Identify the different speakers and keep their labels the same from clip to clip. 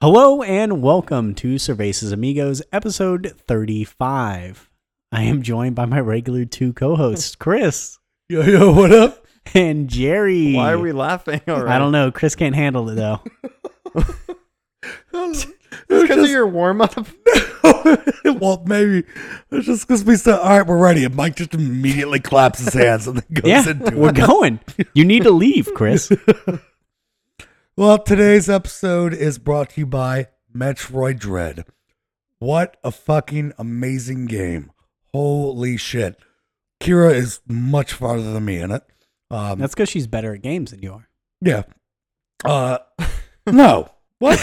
Speaker 1: Hello and welcome to Cervases Amigos, episode 35. I am joined by my regular two co hosts, Chris
Speaker 2: Yo, yo, what up?
Speaker 1: and Jerry.
Speaker 3: Why are we laughing already?
Speaker 1: I don't know. Chris can't handle it though.
Speaker 3: It's because of your warm up.
Speaker 2: well, maybe it's just because we said, "All right, we're ready," and Mike just immediately claps his hands and then goes
Speaker 1: yeah,
Speaker 2: into
Speaker 1: we're
Speaker 2: it.
Speaker 1: going. You need to leave, Chris.
Speaker 2: Well, today's episode is brought to you by Metroid Dread. What a fucking amazing game! Holy shit, Kira is much farther than me in it. Um,
Speaker 1: That's because she's better at games than you are.
Speaker 2: yeah. Uh, no, what?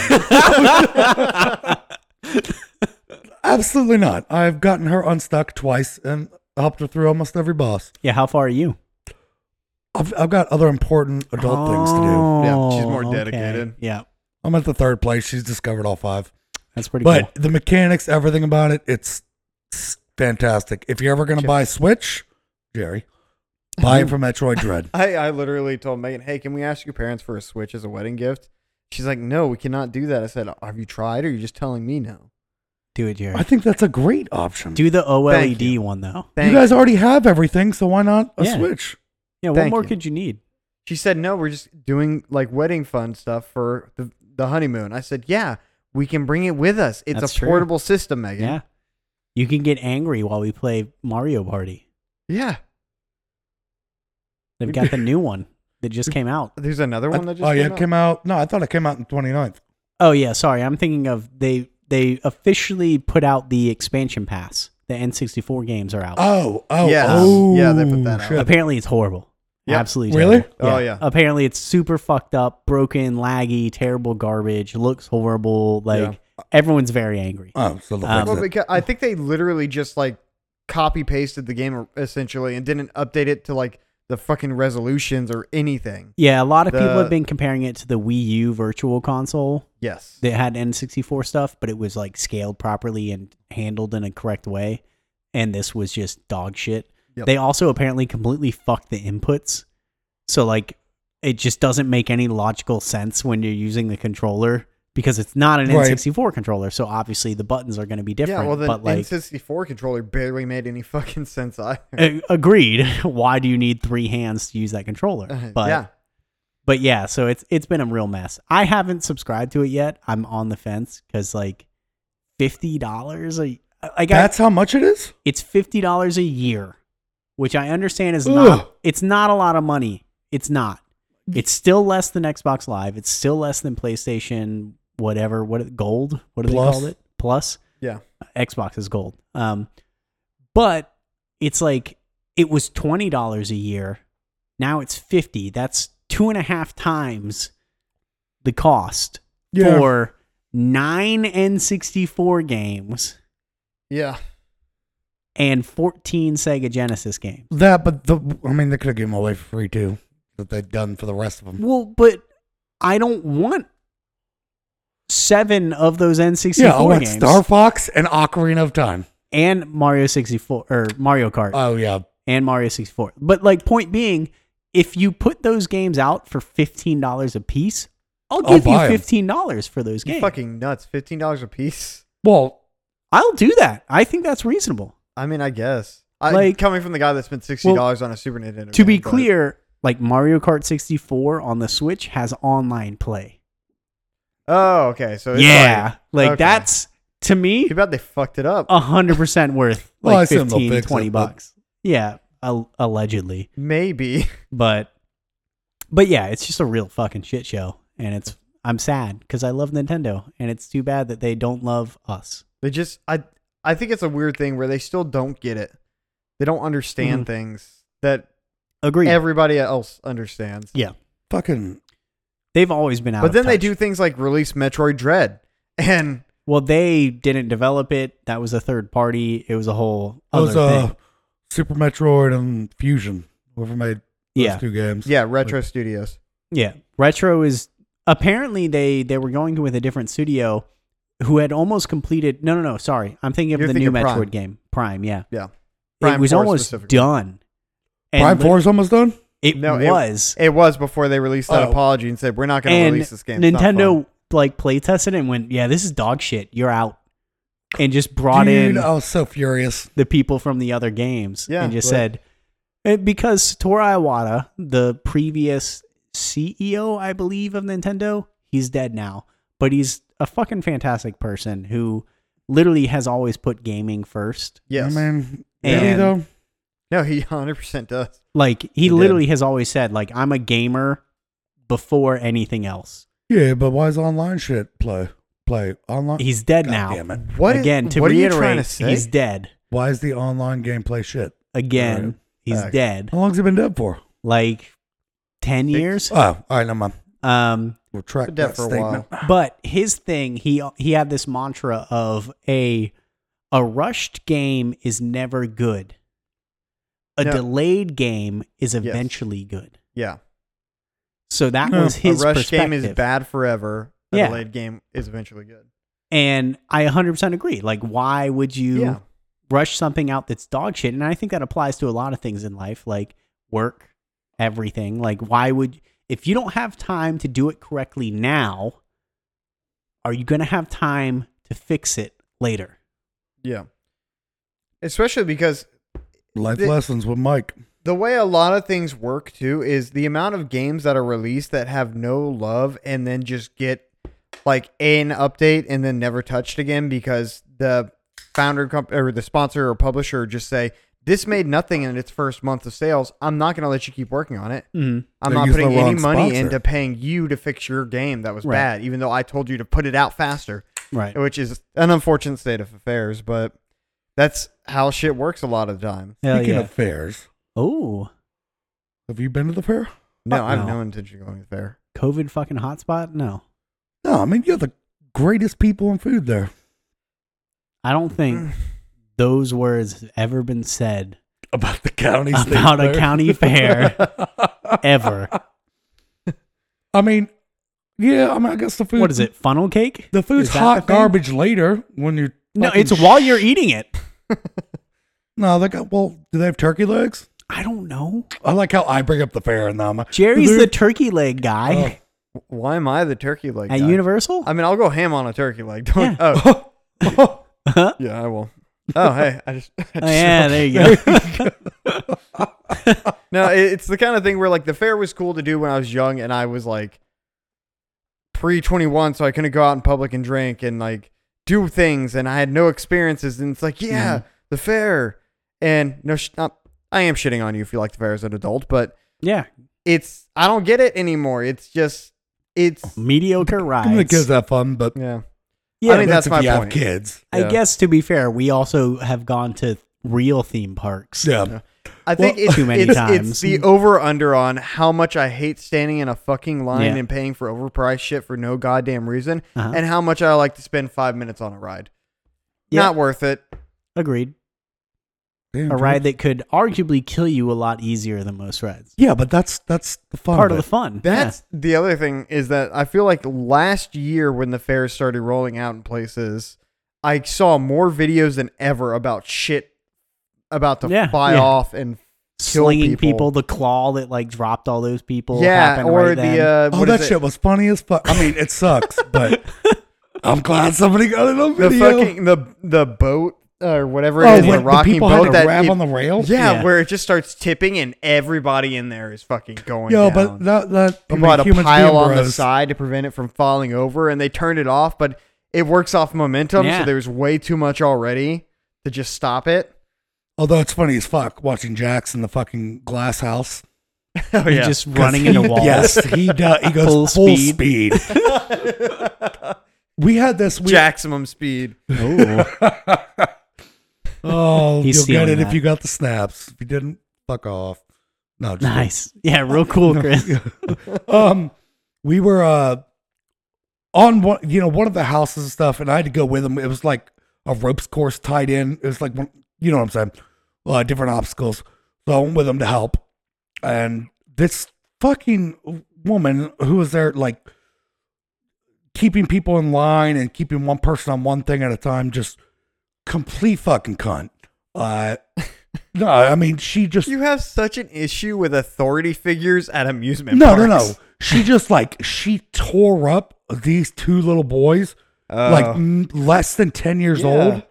Speaker 2: Absolutely not. I've gotten her unstuck twice and helped her through almost every boss.
Speaker 1: Yeah, how far are you?
Speaker 2: I've, I've got other important adult things to do.
Speaker 3: Yeah, she's more
Speaker 1: Oh, okay.
Speaker 3: dedicated.
Speaker 1: Yeah,
Speaker 2: I'm at the third place. She's discovered all five.
Speaker 1: that's pretty
Speaker 2: But the mechanics, everything about it, it's s- fantastic. If you're ever going to buy a Switch, Jerry, buy it for Metroid Dread.
Speaker 3: I, I literally told Megan, hey, can we ask your parents for a Switch as a wedding gift? She's like, no, we cannot do that. I said, have you tried or are you just telling me no?
Speaker 1: cool. Do it, Jerry.
Speaker 2: I think that's a great option.
Speaker 1: Do the
Speaker 3: Thank
Speaker 1: OLED
Speaker 3: you.
Speaker 1: one though.
Speaker 3: Thank
Speaker 2: you guys already have everything, so why not a
Speaker 1: Yeah.
Speaker 2: Switch?
Speaker 1: Yeah, what
Speaker 3: Thank
Speaker 1: more
Speaker 3: you.
Speaker 1: could you need?
Speaker 3: She said, no, we're just doing like wedding fun stuff for the, the honeymoon. I said, yeah, we can bring it with us. It's
Speaker 1: That's
Speaker 3: a
Speaker 1: true.
Speaker 3: portable system, Megan.
Speaker 1: Yeah, you can get angry while we play Mario Party.
Speaker 3: Yeah.
Speaker 1: They've got the new one that just came out.
Speaker 3: There's another one
Speaker 2: I-
Speaker 3: that just
Speaker 2: oh, yeah,
Speaker 3: came
Speaker 2: it
Speaker 3: out?
Speaker 2: came out. No, I thought it came out in 29th.
Speaker 1: Oh yeah, sorry. I'm thinking of they they officially put out the expansion pass. The N64 games are out.
Speaker 2: Oh, oh,
Speaker 3: Yes.
Speaker 2: oh,
Speaker 3: Yeah, they put that out.
Speaker 2: shit.
Speaker 1: Apparently, it's horrible.
Speaker 3: Yep.
Speaker 1: Absolutely.
Speaker 2: Really?
Speaker 1: terrible.
Speaker 3: Oh, yeah.
Speaker 1: Apparently, it's super fucked up, broken, laggy, terrible garbage. Looks horrible. Like everyone's very angry.
Speaker 3: Uh,
Speaker 2: Oh, so the
Speaker 1: Um,
Speaker 3: Well,
Speaker 2: fix it.
Speaker 3: because I think they literally just like copy pasted the game essentially and didn't update it to like the fucking resolutions or anything.
Speaker 1: yeah, a lot of people
Speaker 3: the-
Speaker 1: have been comparing it to the Wii U Virtual Console
Speaker 3: Yes.
Speaker 1: that had N64 stuff, but it was like scaled properly and handled in a correct way. And this was just dog shit.
Speaker 3: Yep.
Speaker 1: They also apparently completely fucked the inputs. So, like, it just doesn't make any logical sense when you're using the controller because it's not an
Speaker 2: Right.
Speaker 1: N64 controller. So, obviously, the buttons are going to be different.
Speaker 3: Yeah, well, the
Speaker 1: but, like,
Speaker 3: N64 controller barely made any fucking sense either.
Speaker 1: a- agreed. Why do you need three hands to use that controller? But
Speaker 3: Uh-huh. yeah,
Speaker 1: but yeah, so it's it's been a real mess. I haven't subscribed to it yet. I'm on the fence because like fifty dollars a like I,
Speaker 2: That's how much it is?
Speaker 1: it's fifty dollars a year, which I understand is
Speaker 2: Ugh.
Speaker 1: not it's not a lot of money. It's not. It's still less than Xbox Live. It's still less than PlayStation whatever. What gold? What do
Speaker 2: Plus.
Speaker 1: they call it? Plus.
Speaker 3: yeah.
Speaker 1: Xbox is gold. Um, but it's like it was twenty dollars a year. Now it's fifty. That's two and a half times the cost
Speaker 2: Yeah.
Speaker 1: for nine N sixty four games
Speaker 3: Yeah.
Speaker 1: and fourteen Sega Genesis games.
Speaker 2: That, but the I mean, they could have given them away for free too. That they've done for the rest of them.
Speaker 1: Well, but I don't want seven of those N sixty
Speaker 2: Yeah, I
Speaker 1: four
Speaker 2: want
Speaker 1: games
Speaker 2: Star Fox and Ocarina of Time.
Speaker 1: and Mario sixty four or Mario Kart.
Speaker 2: Oh yeah,
Speaker 1: and Mario 64. But like point being, if you put those games out for $15 a piece, I'll
Speaker 2: I'll
Speaker 1: give you
Speaker 2: buy 'em.
Speaker 1: $15 for those
Speaker 3: You
Speaker 1: games.
Speaker 3: fucking nuts. Fifteen dollars a piece.
Speaker 2: well,
Speaker 1: I'll do that. I think that's reasonable.
Speaker 3: I mean, I guess. I,
Speaker 1: Like-
Speaker 3: coming from the guy that spent sixty dollars on a Super Nintendo.
Speaker 1: to be
Speaker 3: game, but-
Speaker 1: clear, like Mario Kart 64 on the Switch has online play.
Speaker 3: Oh, okay. So it's
Speaker 1: yeah. Like,
Speaker 3: okay.
Speaker 1: that's Uh-huh. to me
Speaker 3: Too bad they fucked it up.
Speaker 1: 100% worth
Speaker 2: Well, I
Speaker 1: like
Speaker 2: assume they'll
Speaker 1: 15
Speaker 2: fix it,
Speaker 1: 20
Speaker 2: but-
Speaker 1: bucks. Yeah, al- allegedly.
Speaker 3: Maybe.
Speaker 1: but but yeah it's just a real fucking shit show and it's i'm sad because i love nintendo and it's too bad that they don't love us
Speaker 3: They just I I think it's a weird thing where they still don't get it. They don't understand
Speaker 1: Mm-hmm.
Speaker 3: things that
Speaker 1: agree
Speaker 3: everybody else understands.
Speaker 1: yeah
Speaker 2: fucking
Speaker 1: they've always been out
Speaker 3: But
Speaker 1: of
Speaker 3: then they
Speaker 1: touch.
Speaker 3: do things like release Metroid Dread and
Speaker 1: well they didn't develop it that was a third party it was a whole
Speaker 2: it
Speaker 3: Oh,
Speaker 1: other
Speaker 2: was uh,
Speaker 1: thing
Speaker 2: Super Metroid and Fusion. Whoever made those
Speaker 1: yeah
Speaker 2: two games.
Speaker 3: yeah, Retro Studios.
Speaker 1: yeah retro is apparently they they were going with a different studio who had almost completed no no no sorry i'm thinking of
Speaker 3: You're
Speaker 1: the new
Speaker 3: thinking
Speaker 1: metroid
Speaker 3: Prime.
Speaker 1: game prime yeah
Speaker 3: Yeah.
Speaker 1: it
Speaker 3: Prime
Speaker 1: was
Speaker 3: 4
Speaker 1: almost
Speaker 3: specifically.
Speaker 1: done And
Speaker 2: Prime
Speaker 1: lit-
Speaker 2: Four is almost done.
Speaker 1: it
Speaker 3: No, it-
Speaker 1: was
Speaker 3: It was before they released that
Speaker 2: Oh.
Speaker 3: apology and said we're not going to
Speaker 1: and
Speaker 3: release this game. It's not
Speaker 1: Nintendo
Speaker 3: fun."
Speaker 1: like play tested it and went, yeah, this is dog shit. You're out, and just brought
Speaker 2: Dude,
Speaker 1: in
Speaker 2: I was so furious.
Speaker 1: the people from the other games
Speaker 3: oh. Yeah,
Speaker 1: and just
Speaker 3: but-
Speaker 1: said eh, because Satoru Iwata, the previous CEO, I believe, of Nintendo, he's dead now, but he's a fucking fantastic person who literally has always put gaming first.
Speaker 3: Yes.
Speaker 2: I mean,
Speaker 1: And-
Speaker 2: really though,
Speaker 3: No, he 100% does.
Speaker 1: Like he,
Speaker 3: He did.
Speaker 1: literally has always said, like I'm a gamer before anything else.
Speaker 2: yeah. But why is online shit play play online?
Speaker 1: He's dead
Speaker 2: God
Speaker 1: now.
Speaker 2: damn it.
Speaker 3: What is-
Speaker 1: Again, to
Speaker 3: what
Speaker 1: reiterate,
Speaker 3: are you trying to say?
Speaker 1: he's dead.
Speaker 2: Why is the online gameplay shit?
Speaker 1: Again,
Speaker 2: Alright.
Speaker 1: he's
Speaker 3: Back.
Speaker 1: dead.
Speaker 2: How long's he been dead for?
Speaker 1: Like ten
Speaker 3: Six-
Speaker 1: years.
Speaker 2: Oh, all right, never mind.
Speaker 1: Um,
Speaker 2: Retract
Speaker 3: Been dead
Speaker 2: that
Speaker 3: for a
Speaker 2: statement.
Speaker 1: but his thing he he had this mantra of a a rushed game is never good a
Speaker 3: No.
Speaker 1: delayed game is
Speaker 3: Yes.
Speaker 1: eventually good
Speaker 3: Yeah.
Speaker 1: so that
Speaker 2: No.
Speaker 1: was his
Speaker 3: a rush
Speaker 1: perspective
Speaker 3: game is bad forever. A
Speaker 1: Yeah.
Speaker 3: delayed game is eventually good.
Speaker 1: and i 100% agree like why would you
Speaker 3: yeah.
Speaker 1: rush something out that's dog shit and i think that applies to a lot of things in life like work everything like why would if you don't have time to do it correctly now are you going to have time to fix it later
Speaker 3: Yeah. Especially because
Speaker 2: Life
Speaker 3: The-
Speaker 2: lessons with Mike.
Speaker 3: the way a lot of things work too is the amount of games that are released that have no love and then just get like an update and then never touched again because the founder comp- or the sponsor or publisher just say this made nothing in its first month of sales. I'm not going to let you keep working on it.
Speaker 1: mm-hmm.
Speaker 3: I'm
Speaker 2: They're
Speaker 3: not
Speaker 2: using
Speaker 3: putting
Speaker 2: the
Speaker 3: any
Speaker 2: wrong
Speaker 3: money
Speaker 2: sponsor.
Speaker 3: into paying you to fix your game that was
Speaker 1: Right.
Speaker 3: bad, even though I told you to put it out faster,
Speaker 1: right
Speaker 3: which is an unfortunate state of affairs. But that's how shit works a lot of the time.
Speaker 1: Hell
Speaker 2: Speaking
Speaker 1: yeah.
Speaker 2: of fairs,
Speaker 1: oh,
Speaker 2: have you been to the fair?
Speaker 3: No,
Speaker 1: Fuck
Speaker 3: I have
Speaker 1: no.
Speaker 3: no intention of going to the fair.
Speaker 1: COVID fucking hotspot? No.
Speaker 2: No, I mean you're the greatest people in food there.
Speaker 1: I don't
Speaker 3: Mm.
Speaker 2: Mm.
Speaker 1: think those words have ever been said
Speaker 2: About the county state
Speaker 1: about a
Speaker 2: fair.
Speaker 1: county fair ever.
Speaker 2: I mean, yeah. I mean, I guess the food.
Speaker 1: What is it? Funnel cake?
Speaker 2: The food's
Speaker 1: Is that
Speaker 2: hot
Speaker 1: the thing?
Speaker 2: garbage later when you're.
Speaker 1: No,
Speaker 2: fucking
Speaker 1: it's while you're
Speaker 2: sh-
Speaker 1: eating it.
Speaker 2: No, they got. Well, do they have turkey legs?
Speaker 1: I don't know.
Speaker 2: I like how I bring up the Oh. fair and I'm.
Speaker 1: Jerry's the
Speaker 2: Dude.
Speaker 1: turkey leg guy
Speaker 3: Why am I the turkey leg?
Speaker 1: at
Speaker 3: guy?
Speaker 1: Universal.
Speaker 3: I mean, I'll go ham on a turkey leg. Don't.
Speaker 1: Yeah.
Speaker 3: Oh,
Speaker 2: Oh,
Speaker 3: yeah, I will. Oh, hey, I just. I just
Speaker 1: Oh, yeah, there you go.
Speaker 3: No, it- it's the kind of thing where like the fair was cool to do when I was young and I was like pre twenty one, so I couldn't go out in public and drink and like do things, and I had no experiences, and it's like yeah,
Speaker 1: Mm-hmm.
Speaker 3: the fair, and no, sh- not, I am shitting on you if you like the fair as an adult, but
Speaker 1: yeah.
Speaker 3: it's I don't get it anymore. It's just it's
Speaker 1: Oh, Mediocre
Speaker 2: give the kids
Speaker 1: rides.
Speaker 2: have fun, but
Speaker 3: yeah.
Speaker 1: Yeah,
Speaker 3: I mean, that's
Speaker 2: if
Speaker 3: my
Speaker 2: you have
Speaker 3: point.
Speaker 2: kids.
Speaker 1: I
Speaker 3: yeah.
Speaker 1: guess to be fair, we also have gone to real theme parks.
Speaker 2: Yeah.
Speaker 3: Yeah. I think
Speaker 2: Well-
Speaker 3: it's,
Speaker 1: Too many
Speaker 3: it's,
Speaker 1: times.
Speaker 3: it's the over under on how much I hate standing in a fucking line
Speaker 1: Yeah.
Speaker 3: and paying for overpriced shit for no goddamn reason,
Speaker 1: Uh-huh.
Speaker 3: and how much I like to spend five minutes on a ride.
Speaker 1: Yeah.
Speaker 3: Not worth it.
Speaker 1: Agreed.
Speaker 2: Damn,
Speaker 1: A
Speaker 2: dude.
Speaker 1: ride that could arguably kill you a lot easier than most rides.
Speaker 2: Yeah, but that's that's the fun.
Speaker 1: Part
Speaker 2: of
Speaker 1: of
Speaker 2: it.
Speaker 1: the fun. Yeah.
Speaker 3: That's the other thing is that I feel like last year when the fairs started rolling out in places, I saw more videos than ever about shit about to
Speaker 1: Yeah,
Speaker 3: fly
Speaker 1: yeah.
Speaker 3: off and kill
Speaker 1: slinging people.
Speaker 3: people.
Speaker 1: the claw that like dropped all those people.
Speaker 3: yeah,
Speaker 1: happened
Speaker 3: or
Speaker 1: right then.
Speaker 3: the uh,
Speaker 2: Oh,
Speaker 3: what
Speaker 2: that
Speaker 3: is it?
Speaker 2: shit was funny as fuck. I mean, it sucks, but I'm glad somebody got it on
Speaker 3: the
Speaker 2: video.
Speaker 3: fucking the the boat or whatever
Speaker 2: oh,
Speaker 3: it is,
Speaker 2: when
Speaker 3: the rocking
Speaker 2: people
Speaker 3: boat
Speaker 2: had to
Speaker 3: that
Speaker 2: grab
Speaker 3: it-
Speaker 2: on the rail.
Speaker 3: Yeah,
Speaker 1: Yeah.
Speaker 3: where it just starts tipping and everybody in there is fucking going.
Speaker 2: Yo,
Speaker 3: down.
Speaker 2: but that that I
Speaker 3: people
Speaker 2: mean,
Speaker 3: had a
Speaker 2: humans
Speaker 3: pile
Speaker 2: being
Speaker 3: on the
Speaker 2: bros.
Speaker 3: side to prevent it from falling over, and they turned it off. But it works off momentum,
Speaker 1: Yeah.
Speaker 3: so there's way too much already to just stop it.
Speaker 2: Although it's funny as fuck watching Jax in the fucking glass house.
Speaker 3: Oh
Speaker 1: You're just running into walls.
Speaker 2: Yes, he does. He goes
Speaker 1: Full
Speaker 2: full,
Speaker 1: speed.
Speaker 2: speed. we had this. We,
Speaker 3: maximum speed.
Speaker 2: Oh,
Speaker 1: He's
Speaker 2: you'll get
Speaker 1: stealing
Speaker 2: it
Speaker 1: that.
Speaker 2: if you got the snaps. If you didn't, fuck off. No, just kidding.
Speaker 1: nice. Yeah, real cool, Chris.
Speaker 2: um, we were uh on one, you know, one of the houses and stuff, and I had to go with them. It was like a ropes course tied in. It was like one, you know what I'm saying, uh, different obstacles. So I went with them to help, and this fucking woman who was there, like keeping people in line and keeping one person on one thing at a time, just complete fucking cunt. Uh, no, I mean she just
Speaker 3: You have such an issue with authority figures at amusement
Speaker 2: no,
Speaker 3: parks.
Speaker 2: no, no. She just like she tore up these two little boys,
Speaker 3: Uh,
Speaker 2: like n- less than 10 years
Speaker 3: Yeah.
Speaker 2: old.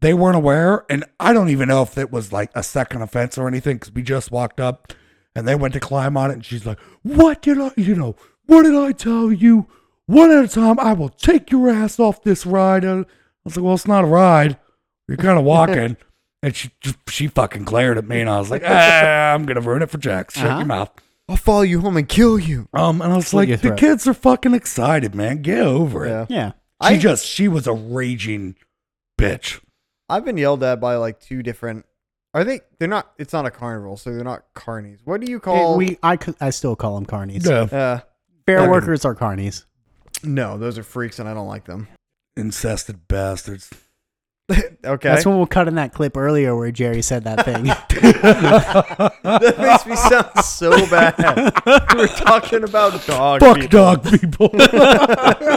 Speaker 2: They weren't aware. And I don't even know if it was like a second offense or anything because we just walked up and they went to climb on it. And she's like, What did I, you know, what did I tell you? One at a time, I will take your ass off this ride. And I was like, Well, it's not a ride. You're kind of walking. and she just, she fucking glared at me. And I was like, ah, I'm going to ruin it for Jax. Shut
Speaker 1: Uh-huh.
Speaker 2: your mouth.
Speaker 3: I'll follow you home and kill you.
Speaker 2: Um, and I was
Speaker 1: Slit your
Speaker 2: like, the
Speaker 1: throat.
Speaker 2: kids are fucking excited, man. Get over it.
Speaker 3: Yeah.
Speaker 1: Yeah.
Speaker 2: She
Speaker 3: I-
Speaker 2: just she was a raging bitch.
Speaker 3: I've been yelled at by like two different. Are they? They're not. It's not a carnival, so they're not carnies. What do you call?
Speaker 1: we, I, c- I still call them carnies.
Speaker 2: Yeah.
Speaker 3: uh,
Speaker 1: Fair
Speaker 2: Fucking-
Speaker 1: workers are carnies.
Speaker 3: no, those are freaks, and I don't like them.
Speaker 2: Incested bastards.
Speaker 3: okay,
Speaker 1: That's when we'll cut in that clip earlier where Jerry said that thing.
Speaker 3: that makes me sound so bad. we were talking about dog.
Speaker 2: Fuck
Speaker 3: people.
Speaker 2: dog people.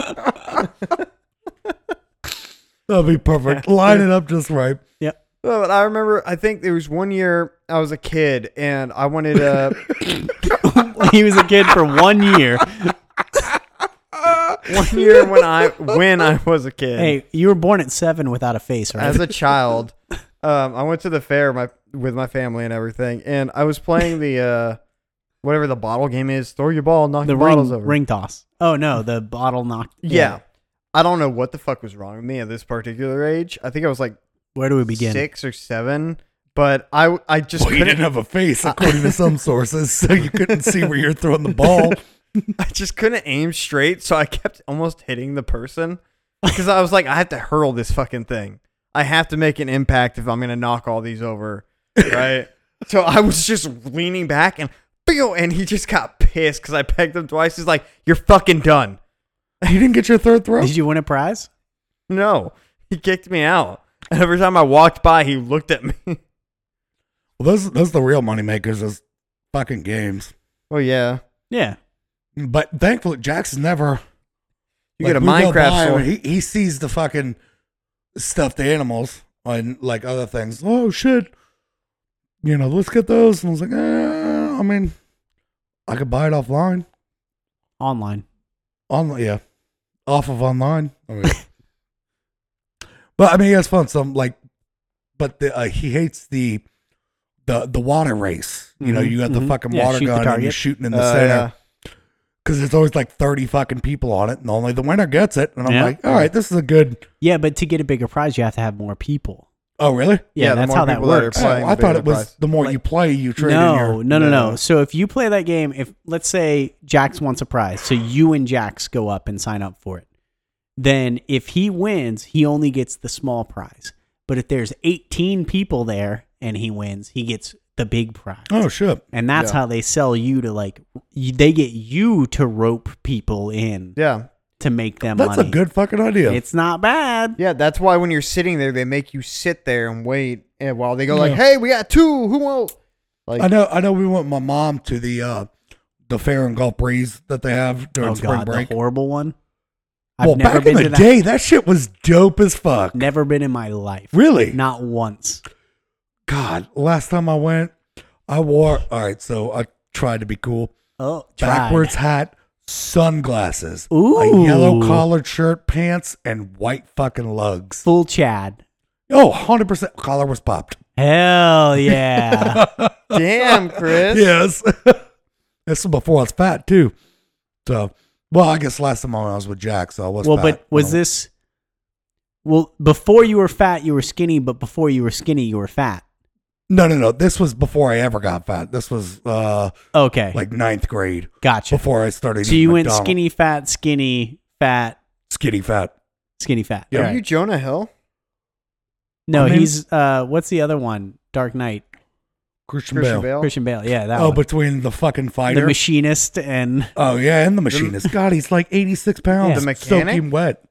Speaker 2: That'd be perfect. Line it up just right.
Speaker 3: Well, but I remember. I think there was one year I was a kid, and I wanted uh,
Speaker 1: he was a kid for one year.
Speaker 3: one year when I when I was a kid.
Speaker 1: Hey, you were born at seven without a face, right?
Speaker 3: as a child, um, I went to the fair my with my family and everything, and I was playing the uh, whatever the bottle game is. Throw your ball, knock the,
Speaker 1: the
Speaker 3: bottles
Speaker 1: ring,
Speaker 3: over.
Speaker 1: ring toss. Oh no, the bottle knocked.
Speaker 3: Yeah. I don't know what the fuck was wrong with me at this particular age. I think I was like
Speaker 1: Where do we begin?
Speaker 3: six or seven, but I I just
Speaker 2: Well, you
Speaker 3: couldn't
Speaker 2: didn't have a face, according to some sources, so you couldn't see where you're throwing the ball.
Speaker 3: I just couldn't aim straight, so I kept almost hitting the person because I was like, I have to hurl this fucking thing. I have to make an impact if I'm gonna knock all these over, right? so I was just leaning back and pew, and he just got pissed because I pegged him twice. He's like, "You're fucking done."
Speaker 2: You didn't get your third throw.
Speaker 1: Did you win a prize?
Speaker 3: No, he kicked me out. And every time I walked by, he looked at me.
Speaker 2: Well, those those are the real moneymakers is fucking games.
Speaker 3: Oh yeah,
Speaker 1: Yeah.
Speaker 2: But thankfully, Jack's never
Speaker 3: you
Speaker 2: Like,
Speaker 3: got a
Speaker 2: we go by
Speaker 3: Minecraft
Speaker 2: and
Speaker 3: sword.
Speaker 2: He, he sees the fucking stuffed animals and like other things. Oh shit! You know, let's get those. And I was like, eh, I mean, I could buy it offline.
Speaker 1: Online.
Speaker 2: On yeah, off of online. I mean, but I mean, he has fun. Some like, but the, uh, he hates the the the water race. You know,
Speaker 3: Mm-hmm,
Speaker 1: Mhm,
Speaker 2: you got the
Speaker 1: mhm.
Speaker 2: fucking
Speaker 1: Yeah,
Speaker 2: water
Speaker 1: shoot the
Speaker 2: gun and you're
Speaker 1: target.
Speaker 2: shooting in the
Speaker 3: Uh,
Speaker 2: center
Speaker 3: yeah.
Speaker 2: because there's always like thirty fucking people on it, and only the winner gets it. And I'm
Speaker 1: Yeah.
Speaker 2: like, all right, this is a good.
Speaker 1: Yeah, but to get a bigger prize, you have to have more people.
Speaker 2: Oh, really?
Speaker 1: Yeah,
Speaker 3: Yeah, the
Speaker 1: that's
Speaker 3: more
Speaker 1: how that
Speaker 3: people that are
Speaker 1: works.
Speaker 2: Oh,
Speaker 3: playing,
Speaker 2: I
Speaker 3: the
Speaker 2: thought
Speaker 3: bigger
Speaker 2: it
Speaker 3: the
Speaker 2: was
Speaker 3: prize.
Speaker 2: the more you
Speaker 1: Like-
Speaker 2: play, you trade
Speaker 1: No,
Speaker 2: in your.
Speaker 1: no, no, no,
Speaker 3: No.
Speaker 1: So if you play that game, if let's say Jax wants a prize, so you and Jax go up and sign up for it, then if he wins, he only gets the small prize. But if there's 18 people there and he wins, he gets the big prize.
Speaker 2: Oh shit!
Speaker 1: And that's
Speaker 3: Yeah.
Speaker 1: how they sell you to like, you, they get you to rope people in
Speaker 3: yeah,
Speaker 1: to make them
Speaker 2: That's
Speaker 1: money.
Speaker 2: a good fucking idea.
Speaker 1: It's not bad.
Speaker 3: Yeah, that's why when you're sitting there, they make you sit there and wait. And while they go like,
Speaker 2: Yeah.
Speaker 3: "Hey, we got two. Who won't?" Like,
Speaker 2: I know. I know. We went my mom to the uh the fair and golf breeze that they have during
Speaker 1: Oh
Speaker 2: spring
Speaker 1: god,
Speaker 2: break.
Speaker 1: the horrible one. I've
Speaker 2: Well,
Speaker 1: never
Speaker 2: back in
Speaker 1: been
Speaker 2: the
Speaker 1: to that.
Speaker 2: day, that shit was dope as fuck.
Speaker 1: Never been in my life.
Speaker 2: Really?
Speaker 1: Not once.
Speaker 2: God, last time I went, I wore. All right, so I tried to be cool.
Speaker 1: Oh, tried.
Speaker 2: Backwards hat, sunglasses, a
Speaker 1: Ooh.
Speaker 2: yellow collared shirt, pants, and white fucking lugs.
Speaker 1: Full Chad.
Speaker 2: Oh, 100% collar was popped.
Speaker 1: Hell yeah.
Speaker 3: damn, Chris.
Speaker 2: yes. this was before I was fat too. So, well, I guess last time I was with Jack, so I was.
Speaker 1: well,
Speaker 2: fat.
Speaker 1: but was
Speaker 2: Um,
Speaker 1: this Well, before you were fat, you were skinny, but before you were skinny, you were fat.
Speaker 2: No, no, no. This was before I ever got fat. This was uh
Speaker 1: Okay.
Speaker 2: like ninth grade
Speaker 1: gotcha.
Speaker 2: before I started.
Speaker 1: So you
Speaker 2: eating
Speaker 1: went
Speaker 2: McDonald's.
Speaker 1: skinny fat, skinny fat,
Speaker 2: skinny fat.
Speaker 1: skinny fat.
Speaker 2: Yeah.
Speaker 3: Are
Speaker 1: Alright.
Speaker 3: you Jonah Hill?
Speaker 1: No,
Speaker 2: I mean-
Speaker 1: he's uh what's the other one? Dark Knight.
Speaker 2: Christian,
Speaker 3: Christian
Speaker 2: Bale.
Speaker 3: Bale.
Speaker 1: Christian Bale. Yeah, that
Speaker 2: Oh,
Speaker 1: one.
Speaker 2: between the fucking fighter.
Speaker 1: the machinist and
Speaker 2: oh yeah, and the machinist. God, he's like eighty six pounds.
Speaker 1: The
Speaker 3: mechanic?
Speaker 2: soaking wet.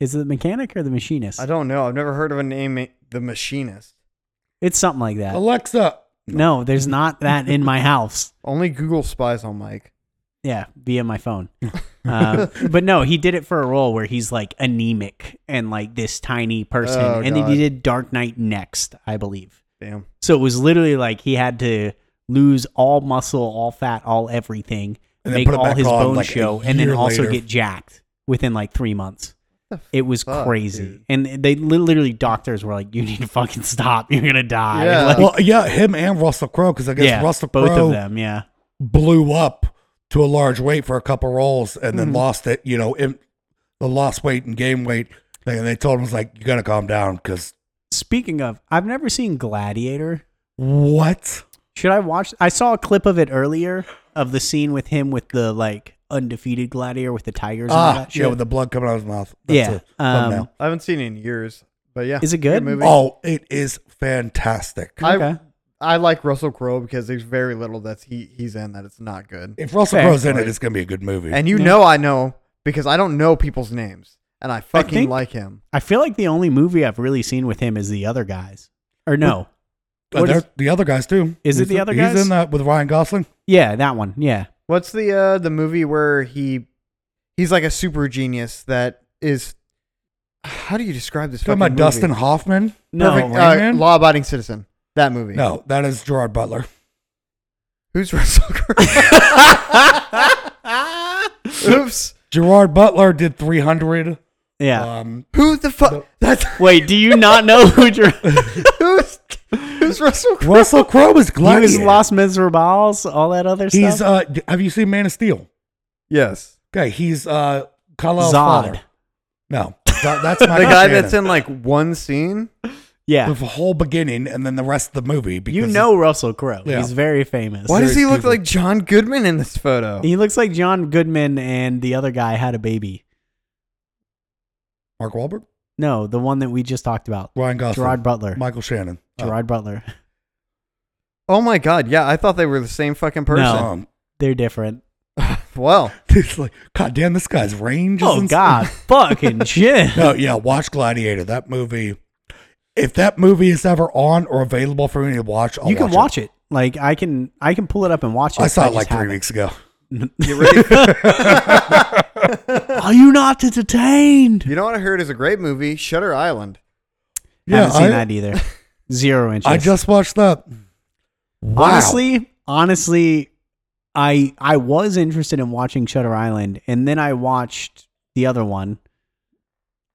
Speaker 1: Is it the mechanic or the machinist?
Speaker 3: I don't know. I've never heard of a name, eh, the Machinist.
Speaker 1: It's something like that.
Speaker 2: Alexa.
Speaker 1: No, there's not that in my house.
Speaker 3: Only Google spies on Mike.
Speaker 1: Yeah, via my phone. Um, but no, he did it for a role where he's like anemic and like this tiny person.
Speaker 3: Oh,
Speaker 1: and then he
Speaker 3: God.
Speaker 1: did Dark Knight next, I believe.
Speaker 3: Damn.
Speaker 1: So it was literally like he had to lose all muscle, all fat, all everything
Speaker 2: And then
Speaker 1: make
Speaker 2: put it
Speaker 1: all
Speaker 2: back
Speaker 1: his
Speaker 2: on,
Speaker 1: bone
Speaker 2: like, a
Speaker 1: show, and then
Speaker 2: year
Speaker 1: also
Speaker 2: later.
Speaker 1: get jacked within like three months.
Speaker 3: What the
Speaker 1: It was
Speaker 3: fuck,
Speaker 1: crazy,
Speaker 3: dude?
Speaker 1: and they li- literally doctors were like, "You need to fucking stop. You're gonna die."
Speaker 3: Yeah.
Speaker 1: Like,
Speaker 2: Well, yeah, him and Russell Crowe, because I guess
Speaker 1: yeah,
Speaker 2: Russell
Speaker 1: both of
Speaker 2: Crowe
Speaker 1: them. Yeah,
Speaker 2: blew up to a large weight for a couple rolls and
Speaker 1: Mm-hmm.
Speaker 2: then lost it. You know, in the lost weight and gain weight thing, and they told him was like, "You got to calm down," because
Speaker 1: Speaking of, I've never seen Gladiator.
Speaker 2: what?
Speaker 1: Should I watch? I saw a clip of it earlier of the scene with him with the like undefeated gladiator with the tigers and all
Speaker 2: Ah,
Speaker 1: that shit.
Speaker 2: yeah, with the blood coming out of his mouth.
Speaker 1: Yeah,
Speaker 2: a thumbnail.
Speaker 1: um,
Speaker 3: I haven't seen it in years, but yeah,
Speaker 1: Is it good?
Speaker 3: movie.
Speaker 2: oh, it is fantastic.
Speaker 3: I-
Speaker 1: okay.
Speaker 3: I like Russell Crowe because there's very little that's he he's in that it's not good.
Speaker 2: If Russell
Speaker 1: Fair.
Speaker 2: Crowe's in it, it's gonna be a good movie.
Speaker 3: And you
Speaker 1: Yeah.
Speaker 3: know I know because I don't know people's names, and I fucking
Speaker 1: think-
Speaker 3: like him.
Speaker 1: I feel like the only movie I've really seen with him is the other guys. Or no,
Speaker 2: Uh,
Speaker 1: what
Speaker 2: there-
Speaker 1: is-
Speaker 2: the other guys too.
Speaker 1: Is it
Speaker 2: He's
Speaker 1: the
Speaker 2: in-
Speaker 1: other
Speaker 2: He's
Speaker 1: guys?
Speaker 2: in that with Ryan Gosling.
Speaker 1: yeah, that one. Yeah,
Speaker 3: What's the uh the movie where he he's like a super genius that is how do you describe this?
Speaker 2: Talking
Speaker 3: fucking
Speaker 2: about
Speaker 3: movie?
Speaker 2: Dustin Hoffman.
Speaker 1: No.
Speaker 2: Perfect,
Speaker 1: Rain
Speaker 3: uh,
Speaker 2: Man?
Speaker 3: law abiding citizen. That movie.
Speaker 2: No, that is Gerard Butler.
Speaker 3: Who's Russell Crowe? Oops.
Speaker 2: Gerard Butler did 300.
Speaker 1: yeah.
Speaker 2: Um,
Speaker 3: Who the fuck?
Speaker 2: No.
Speaker 3: That's
Speaker 1: Wait, do you not know who you're?
Speaker 3: who's who's Russell Crowe?
Speaker 2: Russell Crowe was
Speaker 1: he
Speaker 2: Gladiator.
Speaker 1: was Los Miserables, all that other
Speaker 2: He's
Speaker 1: stuff.
Speaker 2: uh, d- have you seen Man of Steel?
Speaker 3: Yes,
Speaker 2: Okay, he's uh, Kal-El's
Speaker 1: Zod.
Speaker 2: father. No, that, that's my
Speaker 3: the guy that's in like one scene.
Speaker 1: Yeah,
Speaker 2: the whole beginning and then the rest of the movie. Because
Speaker 1: you know Russell Crowe.
Speaker 2: Yeah.
Speaker 1: He's very famous.
Speaker 3: Why
Speaker 2: Very
Speaker 3: does he look
Speaker 2: stupid.
Speaker 3: like John Goodman in this photo?
Speaker 1: He looks like John Goodman, and the other guy had a baby.
Speaker 2: Mark Wahlberg,
Speaker 1: No, the one that we just talked about,
Speaker 2: Ryan Gosling,
Speaker 1: Gerard Butler.
Speaker 2: Michael Shannon, Uh,
Speaker 1: Gerard Butler.
Speaker 3: Oh my god, yeah, I thought they were the same fucking person.
Speaker 2: Um,
Speaker 1: They're different.
Speaker 3: Well,
Speaker 2: it's like, God damn, this guy's range. is
Speaker 1: Oh
Speaker 2: insane.
Speaker 1: God, fucking shit.
Speaker 2: No, yeah, watch Gladiator. That movie. If that movie is ever on or available for me to watch, I'll
Speaker 1: you can watch it. Like I can, I can pull it up and watch
Speaker 2: it.
Speaker 1: it.
Speaker 2: I saw it
Speaker 1: just
Speaker 2: like three
Speaker 1: haven't.
Speaker 2: weeks ago.
Speaker 3: you ready?
Speaker 1: Are you not detained?
Speaker 3: you know what I heard is a great movie, Shutter Island.
Speaker 1: haven't seen
Speaker 2: I,
Speaker 1: that either. Zero interest.
Speaker 2: I just watched that. Wow.
Speaker 1: honestly, honestly, I I was interested in watching Shutter Island, and then I watched the other one,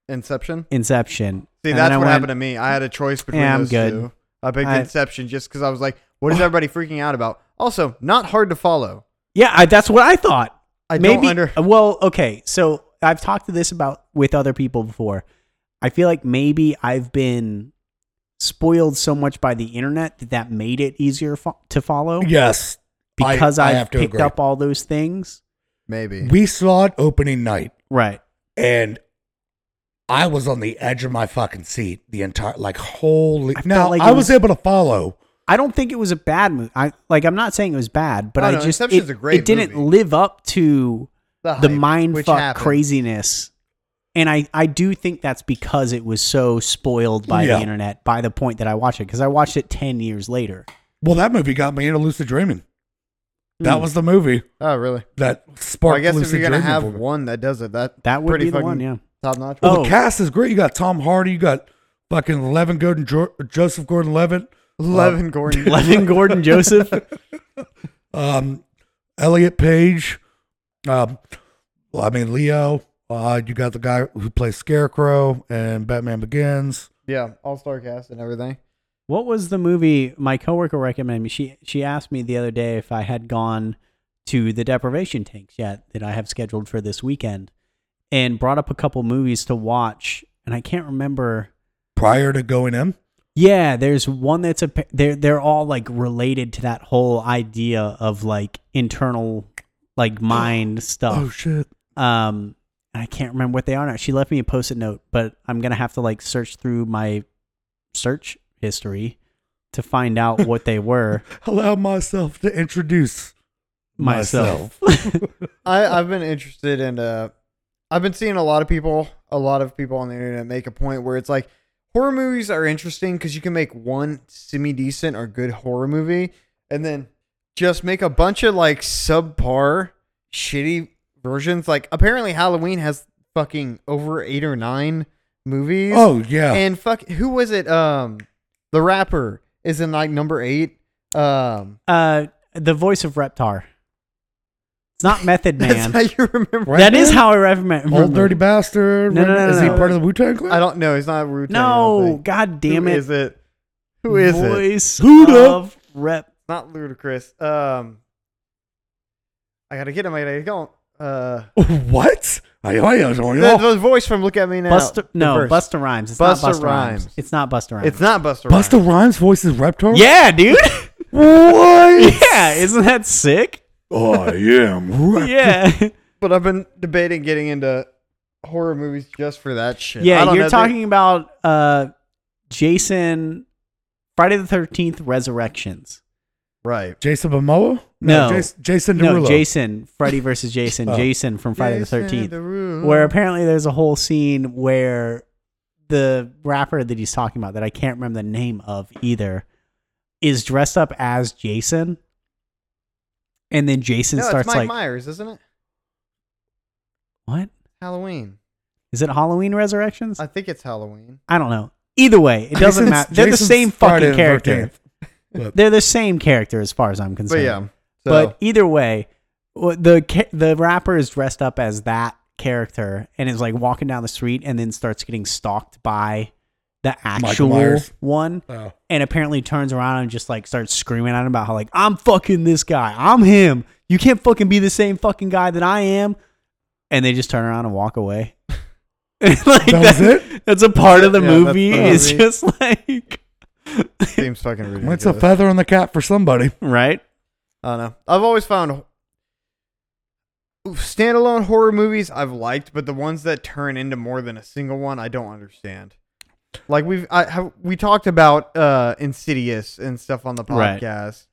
Speaker 3: Inception.
Speaker 1: Inception.
Speaker 3: See,
Speaker 1: and
Speaker 3: that's
Speaker 1: then I
Speaker 3: what
Speaker 1: went-
Speaker 3: happened to me. I had a choice between
Speaker 1: Yeah, I'm
Speaker 3: those
Speaker 1: good.
Speaker 3: two. I picked
Speaker 1: I-
Speaker 3: Inception just because I was like, "What is everybody freaking out about?" Also, not hard to follow.
Speaker 1: Yeah, I, that's what I thought.
Speaker 3: I
Speaker 1: Maybe. uh,
Speaker 3: don't under.
Speaker 1: Well, okay. So I've talked to this about with other people before. I feel like maybe I've been spoiled so much by the internet that that made it easier fo- to follow
Speaker 2: yes, I-
Speaker 1: because
Speaker 2: I
Speaker 1: I've
Speaker 2: have to
Speaker 1: picked
Speaker 2: agree.
Speaker 1: up all those things.
Speaker 3: Maybe.
Speaker 2: we saw it opening night,
Speaker 1: Right.
Speaker 2: and I was on the edge of my fucking seat the entire like holy.
Speaker 1: I felt
Speaker 2: Now
Speaker 1: like it
Speaker 2: I was,
Speaker 1: was-
Speaker 2: able to follow.
Speaker 1: I don't think it was a bad movie. I like I'm not saying it was bad, but
Speaker 3: Oh,
Speaker 1: I
Speaker 3: no,
Speaker 1: just
Speaker 3: Inception's
Speaker 1: it,
Speaker 3: a great
Speaker 1: it didn't
Speaker 3: movie.
Speaker 1: live up to the
Speaker 3: hype,
Speaker 1: mind
Speaker 3: which
Speaker 1: fuck
Speaker 3: happened.
Speaker 1: craziness. And I, I do think that's because it was so spoiled by
Speaker 2: Yeah.
Speaker 1: the internet by the point that I watched it because I watched it ten years later.
Speaker 2: Well, that movie got me into lucid dreaming. That
Speaker 1: Hmm.
Speaker 2: was the movie
Speaker 3: Oh, really?
Speaker 2: that
Speaker 3: Well,
Speaker 2: sparked.
Speaker 3: I guess if
Speaker 2: lucid
Speaker 3: you're gonna
Speaker 2: dreaming
Speaker 3: have
Speaker 2: for me.
Speaker 3: one that does it, that
Speaker 1: That would
Speaker 3: pretty
Speaker 1: be the
Speaker 3: fucking
Speaker 1: one, yeah.
Speaker 3: top notch.
Speaker 1: Oh.
Speaker 2: Well, the cast is great. You got Tom Hardy. You got fucking Levin Gordon, Jo- Joseph Gordon-Levitt,
Speaker 3: Levin Gordon.
Speaker 1: Levin Gordon Joseph.
Speaker 2: um, Elliot Page. Um, well, I mean Leo. Uh, you got the guy who plays Scarecrow and Batman Begins.
Speaker 3: yeah, all star cast and everything.
Speaker 1: What was the movie my coworker recommended me? She she asked me the other day if I had gone to the deprivation tanks yet that I have scheduled for this weekend and brought up a couple movies to watch and I can't remember
Speaker 2: Prior to going in,
Speaker 1: Yeah, there's one that's a they're they're all like related to that whole idea of like internal like mind
Speaker 2: oh
Speaker 1: stuff.
Speaker 2: shit,
Speaker 1: Um and I can't remember what they are now. She left me a post-it note, but I'm gonna have to like search through my search history to find out what they were
Speaker 2: allow myself to introduce
Speaker 1: myself.
Speaker 3: I, I've been interested in uh I've been seeing a lot of people a lot of people on the internet make a point where it's like horror movies are interesting because you can make one semi decent or good horror movie and then just make a bunch of like subpar shitty versions. Like apparently Halloween has fucking over eight or nine movies.
Speaker 2: Oh yeah,
Speaker 3: And fuck who was it? Um the rapper is in like number eight. Um
Speaker 1: Uh the voice of Reptar. It's not Method Man.
Speaker 3: That's how you remember.
Speaker 2: Right
Speaker 1: That is
Speaker 2: man?
Speaker 1: how I remember.
Speaker 2: Old dirty bastard.
Speaker 1: No, no,
Speaker 2: right?
Speaker 1: no, no,
Speaker 2: is he
Speaker 1: no.
Speaker 2: part of the Wu Tang Clan?
Speaker 3: I don't know. He's not a Wu-Tang, I don't
Speaker 1: No,
Speaker 3: think.
Speaker 1: god damn
Speaker 3: Who
Speaker 1: it.
Speaker 3: is it? Who is it?
Speaker 1: Voice
Speaker 2: Buddha.
Speaker 1: of Rep.
Speaker 3: Not ludicrous. Um, I gotta get him. I gotta go. Uh,
Speaker 2: Oh, What? I, I, I don't
Speaker 3: the,
Speaker 2: know.
Speaker 3: the voice from "Look at Me Now."
Speaker 1: Buster,
Speaker 3: the
Speaker 1: no,
Speaker 3: verse.
Speaker 1: Buster Rhymes. It's not
Speaker 3: Busta
Speaker 1: Buster Rhymes.
Speaker 3: Rhymes.
Speaker 1: It's not Buster Rhymes.
Speaker 3: It's not Buster.
Speaker 2: Buster Rhymes voices Reptar?
Speaker 1: yeah, dude.
Speaker 2: What?
Speaker 1: yeah, isn't that sick?
Speaker 2: I am Reptar.
Speaker 1: Yeah,
Speaker 3: But I've been debating getting into horror movies just for that shit. I
Speaker 1: yeah.
Speaker 3: don't
Speaker 1: You're
Speaker 3: know,
Speaker 1: talking about uh, Jason, Friday the Thirteenth Resurrections.
Speaker 3: they- right?
Speaker 2: Jason Momoa?
Speaker 1: No.
Speaker 2: Jason, Jason Derulo.
Speaker 1: No, Jason, Freddy versus Jason,
Speaker 2: Oh.
Speaker 1: Jason from Friday the
Speaker 3: Jason
Speaker 1: Thirteenth.
Speaker 3: Derulo.
Speaker 1: Where apparently there's a whole scene where the rapper that he's talking about, that I can't remember the name of either, is dressed up as Jason, and then Jason
Speaker 3: no,
Speaker 1: starts
Speaker 3: it's Mike
Speaker 1: like,
Speaker 3: Myers, isn't it?
Speaker 1: "What
Speaker 3: Halloween.
Speaker 1: is it? Halloween Resurrections?
Speaker 3: I think it's Halloween.
Speaker 1: I don't know. Either way, it doesn't
Speaker 2: Jason's-
Speaker 1: matter. They're
Speaker 2: Jason's
Speaker 1: the same
Speaker 2: Friday
Speaker 1: fucking
Speaker 2: the
Speaker 1: character.
Speaker 2: 13th. But-
Speaker 1: They're the same character as far as I'm
Speaker 3: But
Speaker 1: concerned.
Speaker 3: yeah. So,
Speaker 1: But either way, wh- the ca- the rapper is dressed up as that character and is like walking down the street and then starts getting stalked by the actual
Speaker 2: Myers.
Speaker 1: one
Speaker 2: Oh.
Speaker 1: and apparently turns around and just like starts screaming at him about how like I'm fucking this guy. I'm him. You can't fucking be the same fucking guy that I am. And they just turn around and walk away. like
Speaker 2: That was it?
Speaker 1: That's a part of the
Speaker 3: Yeah, that's
Speaker 1: movie.
Speaker 3: the
Speaker 1: It's
Speaker 3: movie.
Speaker 1: just like
Speaker 3: seems fucking ridiculous.
Speaker 2: That's a feather on the cap for somebody.
Speaker 1: right.
Speaker 3: I don't know. I've always found Oof, standalone horror movies I've liked, but the ones that turn into more than a single one, I don't understand. Like we've I have we talked about uh Insidious and stuff on the
Speaker 1: Right.
Speaker 3: podcast.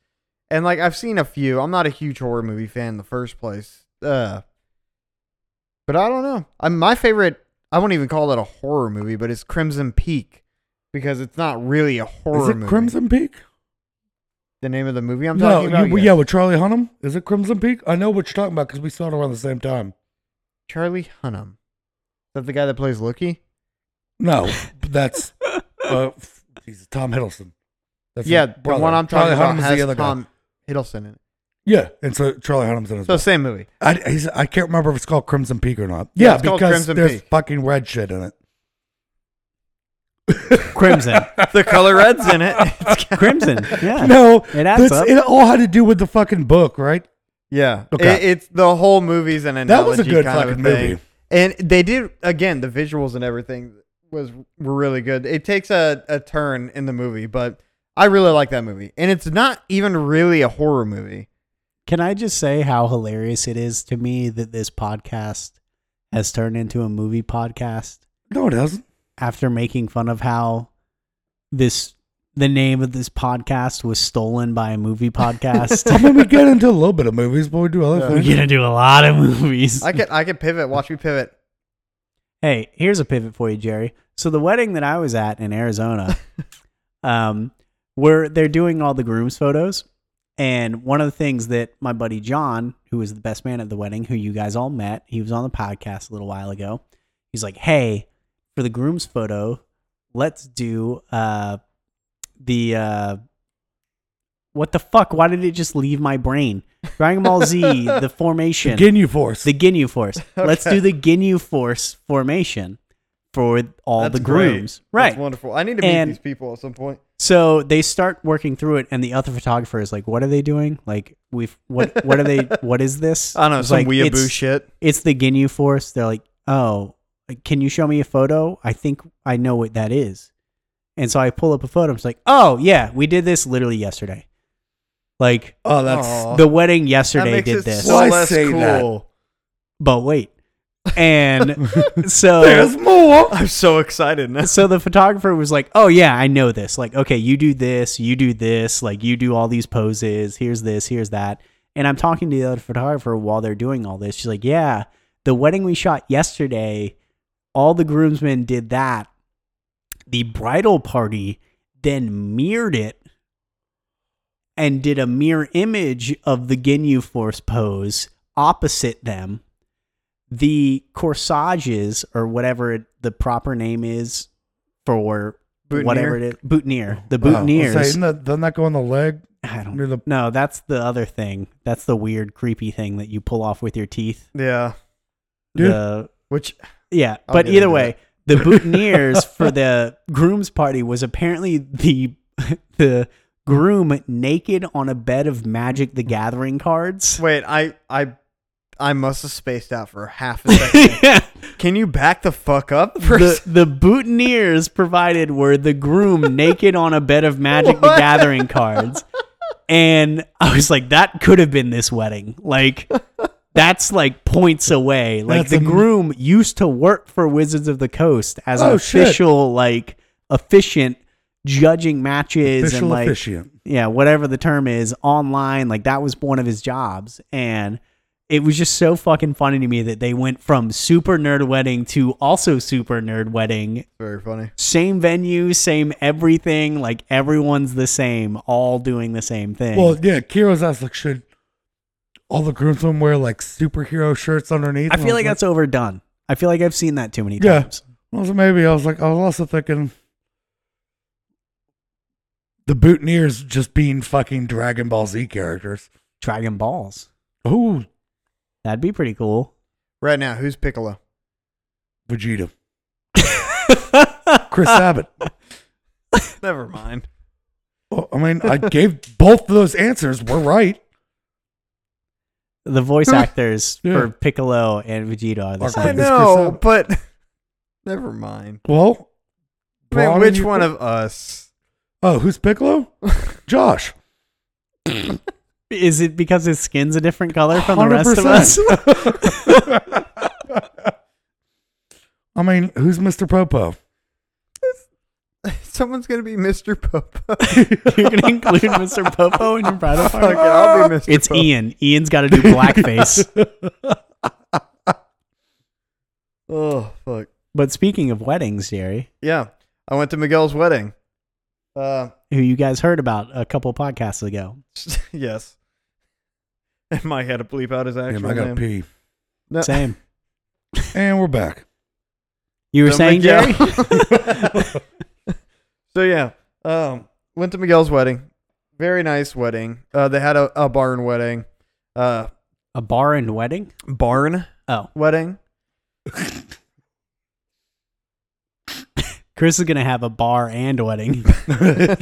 Speaker 3: And like I've seen a few. I'm not a huge horror movie fan in the first place. Uh But I don't know. I my favorite I won't even call it a horror movie, but it's Crimson Peak because it's not really a horror
Speaker 2: Is it
Speaker 3: movie.
Speaker 2: Crimson Peak?
Speaker 3: The name of the movie I'm
Speaker 2: no,
Speaker 3: talking about?
Speaker 2: you,
Speaker 3: Yes.
Speaker 2: yeah, with Charlie Hunnam. Is it Crimson Peak? I know what you're talking about because we saw it around the same time.
Speaker 3: Charlie Hunnam. Is that the guy that plays Loki?
Speaker 2: No, but that's uh, f- Jesus, Tom Hiddleston. That's
Speaker 3: yeah,
Speaker 2: his
Speaker 3: the
Speaker 2: brother.
Speaker 3: one I'm
Speaker 2: Charlie
Speaker 3: talking about
Speaker 2: Hunnam's
Speaker 3: has
Speaker 2: the other guy.
Speaker 3: Tom Hiddleston in it.
Speaker 2: Yeah, and so Charlie Hunnam's in his.
Speaker 3: So same movie.
Speaker 2: I, he's, I can't remember if it's called Crimson Peak or not.
Speaker 3: Yeah,
Speaker 2: Yeah,
Speaker 3: it's called
Speaker 2: because
Speaker 3: Crimson
Speaker 2: there's
Speaker 3: Peak.
Speaker 2: fucking red shit in it.
Speaker 1: Crimson.
Speaker 3: The color red's in it. It's got-
Speaker 1: Crimson. Yeah.
Speaker 2: No,
Speaker 1: It adds
Speaker 2: that's,
Speaker 1: up.
Speaker 2: it all had to do with the fucking book, right?
Speaker 3: Yeah,
Speaker 2: Okay.
Speaker 3: It- it's the whole movie's an analogy.
Speaker 2: That was a good
Speaker 3: kind of
Speaker 2: fucking
Speaker 3: a thing.
Speaker 2: movie.
Speaker 3: And they did again. The visuals and everything was were really good. It takes a, a turn in the movie, but I really like that movie. And it's not even really a horror movie.
Speaker 1: Can I just say how hilarious it is to me that this podcast has turned into a movie podcast
Speaker 2: No, it doesn't.
Speaker 1: after making fun of how this the name of this podcast was stolen by a movie
Speaker 2: I
Speaker 1: podcast.
Speaker 2: mean, we get into a little bit of movies, but we do other
Speaker 3: Yeah.
Speaker 1: We're
Speaker 2: things.
Speaker 1: gonna do a lot of movies.
Speaker 3: I could I could pivot. Watch me pivot.
Speaker 1: Hey, here's a pivot for you, Jerry. So the wedding that I was at in Arizona, um, where they're doing all the groom's photos, and one of the things that my buddy John, who was the best man at the wedding, who you guys all met, he was on the podcast a little while ago. He's like, "Hey, for the groom's photo, let's do uh, the uh, what the fuck? Why did it just leave my brain? Dragon Ball Z, the formation,
Speaker 2: Ginyu Force.
Speaker 1: the Ginyu Force. Let's
Speaker 3: Okay.
Speaker 1: do the Ginyu Force formation for all
Speaker 3: That's
Speaker 1: the grooms.
Speaker 3: great. That's
Speaker 1: Right.
Speaker 3: wonderful. I need to meet
Speaker 1: And-
Speaker 3: these people at some point.
Speaker 1: So they start working through it, and the other photographer is like, "What are they doing? Like, we've what? What are they? What is this?
Speaker 3: I don't know
Speaker 1: It's
Speaker 3: some
Speaker 1: like,
Speaker 3: weeaboo
Speaker 1: it's,
Speaker 3: shit.
Speaker 1: It's the Ginyu Force. They're like, "Oh, can you show me a photo? I think I know what that is." And so I pull up a photo. I'm just like, "Oh yeah, we did this literally yesterday. Like
Speaker 2: oh, that's
Speaker 3: Aw.
Speaker 1: the wedding
Speaker 3: That
Speaker 1: yesterday
Speaker 3: makes
Speaker 1: did
Speaker 3: it
Speaker 1: this,
Speaker 3: so
Speaker 2: Why
Speaker 3: less
Speaker 2: say that?
Speaker 3: cool.
Speaker 1: but wait." And so
Speaker 2: there's more.
Speaker 3: I'm so excited now.
Speaker 1: so the photographer was like, "Oh yeah, I know this. Like, okay, you do this, you do this, like you do all these poses. Here's this, here's that." And I'm talking to the other photographer while they're doing all this. She's like, "Yeah, the wedding we shot yesterday, all the groomsmen did that. The bridal party then mirrored it and did a mirror image of the Ginyu Force pose opposite them. The corsages, or whatever it, the proper name is for
Speaker 3: Boutonniere?
Speaker 1: whatever it is, boutonniere, the
Speaker 2: Wow.
Speaker 1: boutonnieres
Speaker 2: Oh, Say, isn't that- doesn't that go on the leg?
Speaker 1: I don't
Speaker 2: You're the-
Speaker 1: No, that's the other thing. That's the weird, creepy thing that you pull off with your teeth.
Speaker 3: Yeah.
Speaker 2: Yeah.
Speaker 1: The
Speaker 3: Which
Speaker 1: yeah,
Speaker 3: I'll
Speaker 1: but
Speaker 3: get
Speaker 1: either
Speaker 3: into
Speaker 1: way, the boutonnieres for the groom's party was apparently the the groom naked on a bed of Magic the Gathering cards.
Speaker 3: wait, I I I must have spaced out for half a second. Can you back the fuck up? For a
Speaker 1: the,
Speaker 3: sec-
Speaker 1: the boutonnieres provided were the groom naked on a bed of Magic the
Speaker 3: What?
Speaker 1: Gathering cards. And I was like, that could have been this wedding. Like, that's like points away. Like,
Speaker 2: That's
Speaker 1: the
Speaker 2: am-
Speaker 1: groom used to work for Wizards of the Coast as an
Speaker 2: Oh, shit.
Speaker 1: official, like, efficient judging matches and
Speaker 2: Official
Speaker 1: like
Speaker 2: officiant.
Speaker 1: yeah, whatever the term is, online, like that was one of his jobs. And it was just so fucking funny to me that they went from super nerd wedding to also super nerd wedding.
Speaker 3: Very funny.
Speaker 1: Same venue, same everything, like everyone's the same, all doing the same thing.
Speaker 2: Well, yeah, Kira's asked like, should all the groomsmen wear like superhero shirts underneath?
Speaker 1: I
Speaker 2: And
Speaker 1: feel like
Speaker 2: was
Speaker 1: that's overdone. I feel like I've seen that too many
Speaker 2: Yeah.
Speaker 1: times.
Speaker 2: I was maybe I was like I was also thinking the boutonnieres just being fucking Dragon Ball Z characters.
Speaker 1: Dragon Balls.
Speaker 2: Oh,
Speaker 1: That'd be pretty cool.
Speaker 3: Right now, who's Piccolo?
Speaker 2: Vegeta, Chris Abbott.
Speaker 3: Never mind.
Speaker 2: Well, I mean, I gave both of those answers. We're right.
Speaker 1: The voice actors
Speaker 2: Yeah.
Speaker 1: for Piccolo and Vegeta are the
Speaker 2: Are
Speaker 3: I
Speaker 1: same.
Speaker 2: Chris
Speaker 3: know,
Speaker 2: Abbott.
Speaker 3: but never mind.
Speaker 2: Well,
Speaker 3: I mean,
Speaker 2: broaden
Speaker 3: which
Speaker 2: your-
Speaker 3: one of us?
Speaker 2: Oh, who's Piccolo? Josh.
Speaker 1: Is it because his skin's a different color from the rest of us?
Speaker 2: 100%. I mean, who's Mr. Popo?
Speaker 3: Someone's gonna be Mr. Popo.
Speaker 1: You're gonna include Mr. Popo in your bridal
Speaker 3: Fuck it,
Speaker 1: party?
Speaker 3: I'll be Mr.
Speaker 1: It's E.
Speaker 3: Popo.
Speaker 1: Ian. Ian's got to do blackface.
Speaker 3: Oh fuck.
Speaker 1: but speaking of weddings, Jerry,
Speaker 3: Yeah, I went to Miguel's wedding. Uh,
Speaker 1: who you guys heard about a couple podcasts ago,
Speaker 3: yes. And Mike had to bleep out his
Speaker 2: Damn,
Speaker 3: actual
Speaker 2: I gotta
Speaker 3: name.
Speaker 2: pee.
Speaker 3: No,
Speaker 1: same.
Speaker 2: And we're back.
Speaker 1: You were
Speaker 3: So
Speaker 1: saying,
Speaker 3: Miguel-
Speaker 1: Jerry?
Speaker 3: so yeah, um, went to Miguel's wedding. Very nice wedding. Uh, they had a, a barn wedding. Uh,
Speaker 1: A bar and wedding?
Speaker 3: barn
Speaker 1: Oh,
Speaker 3: wedding.
Speaker 1: Chris is gonna have a bar and wedding.
Speaker 3: but it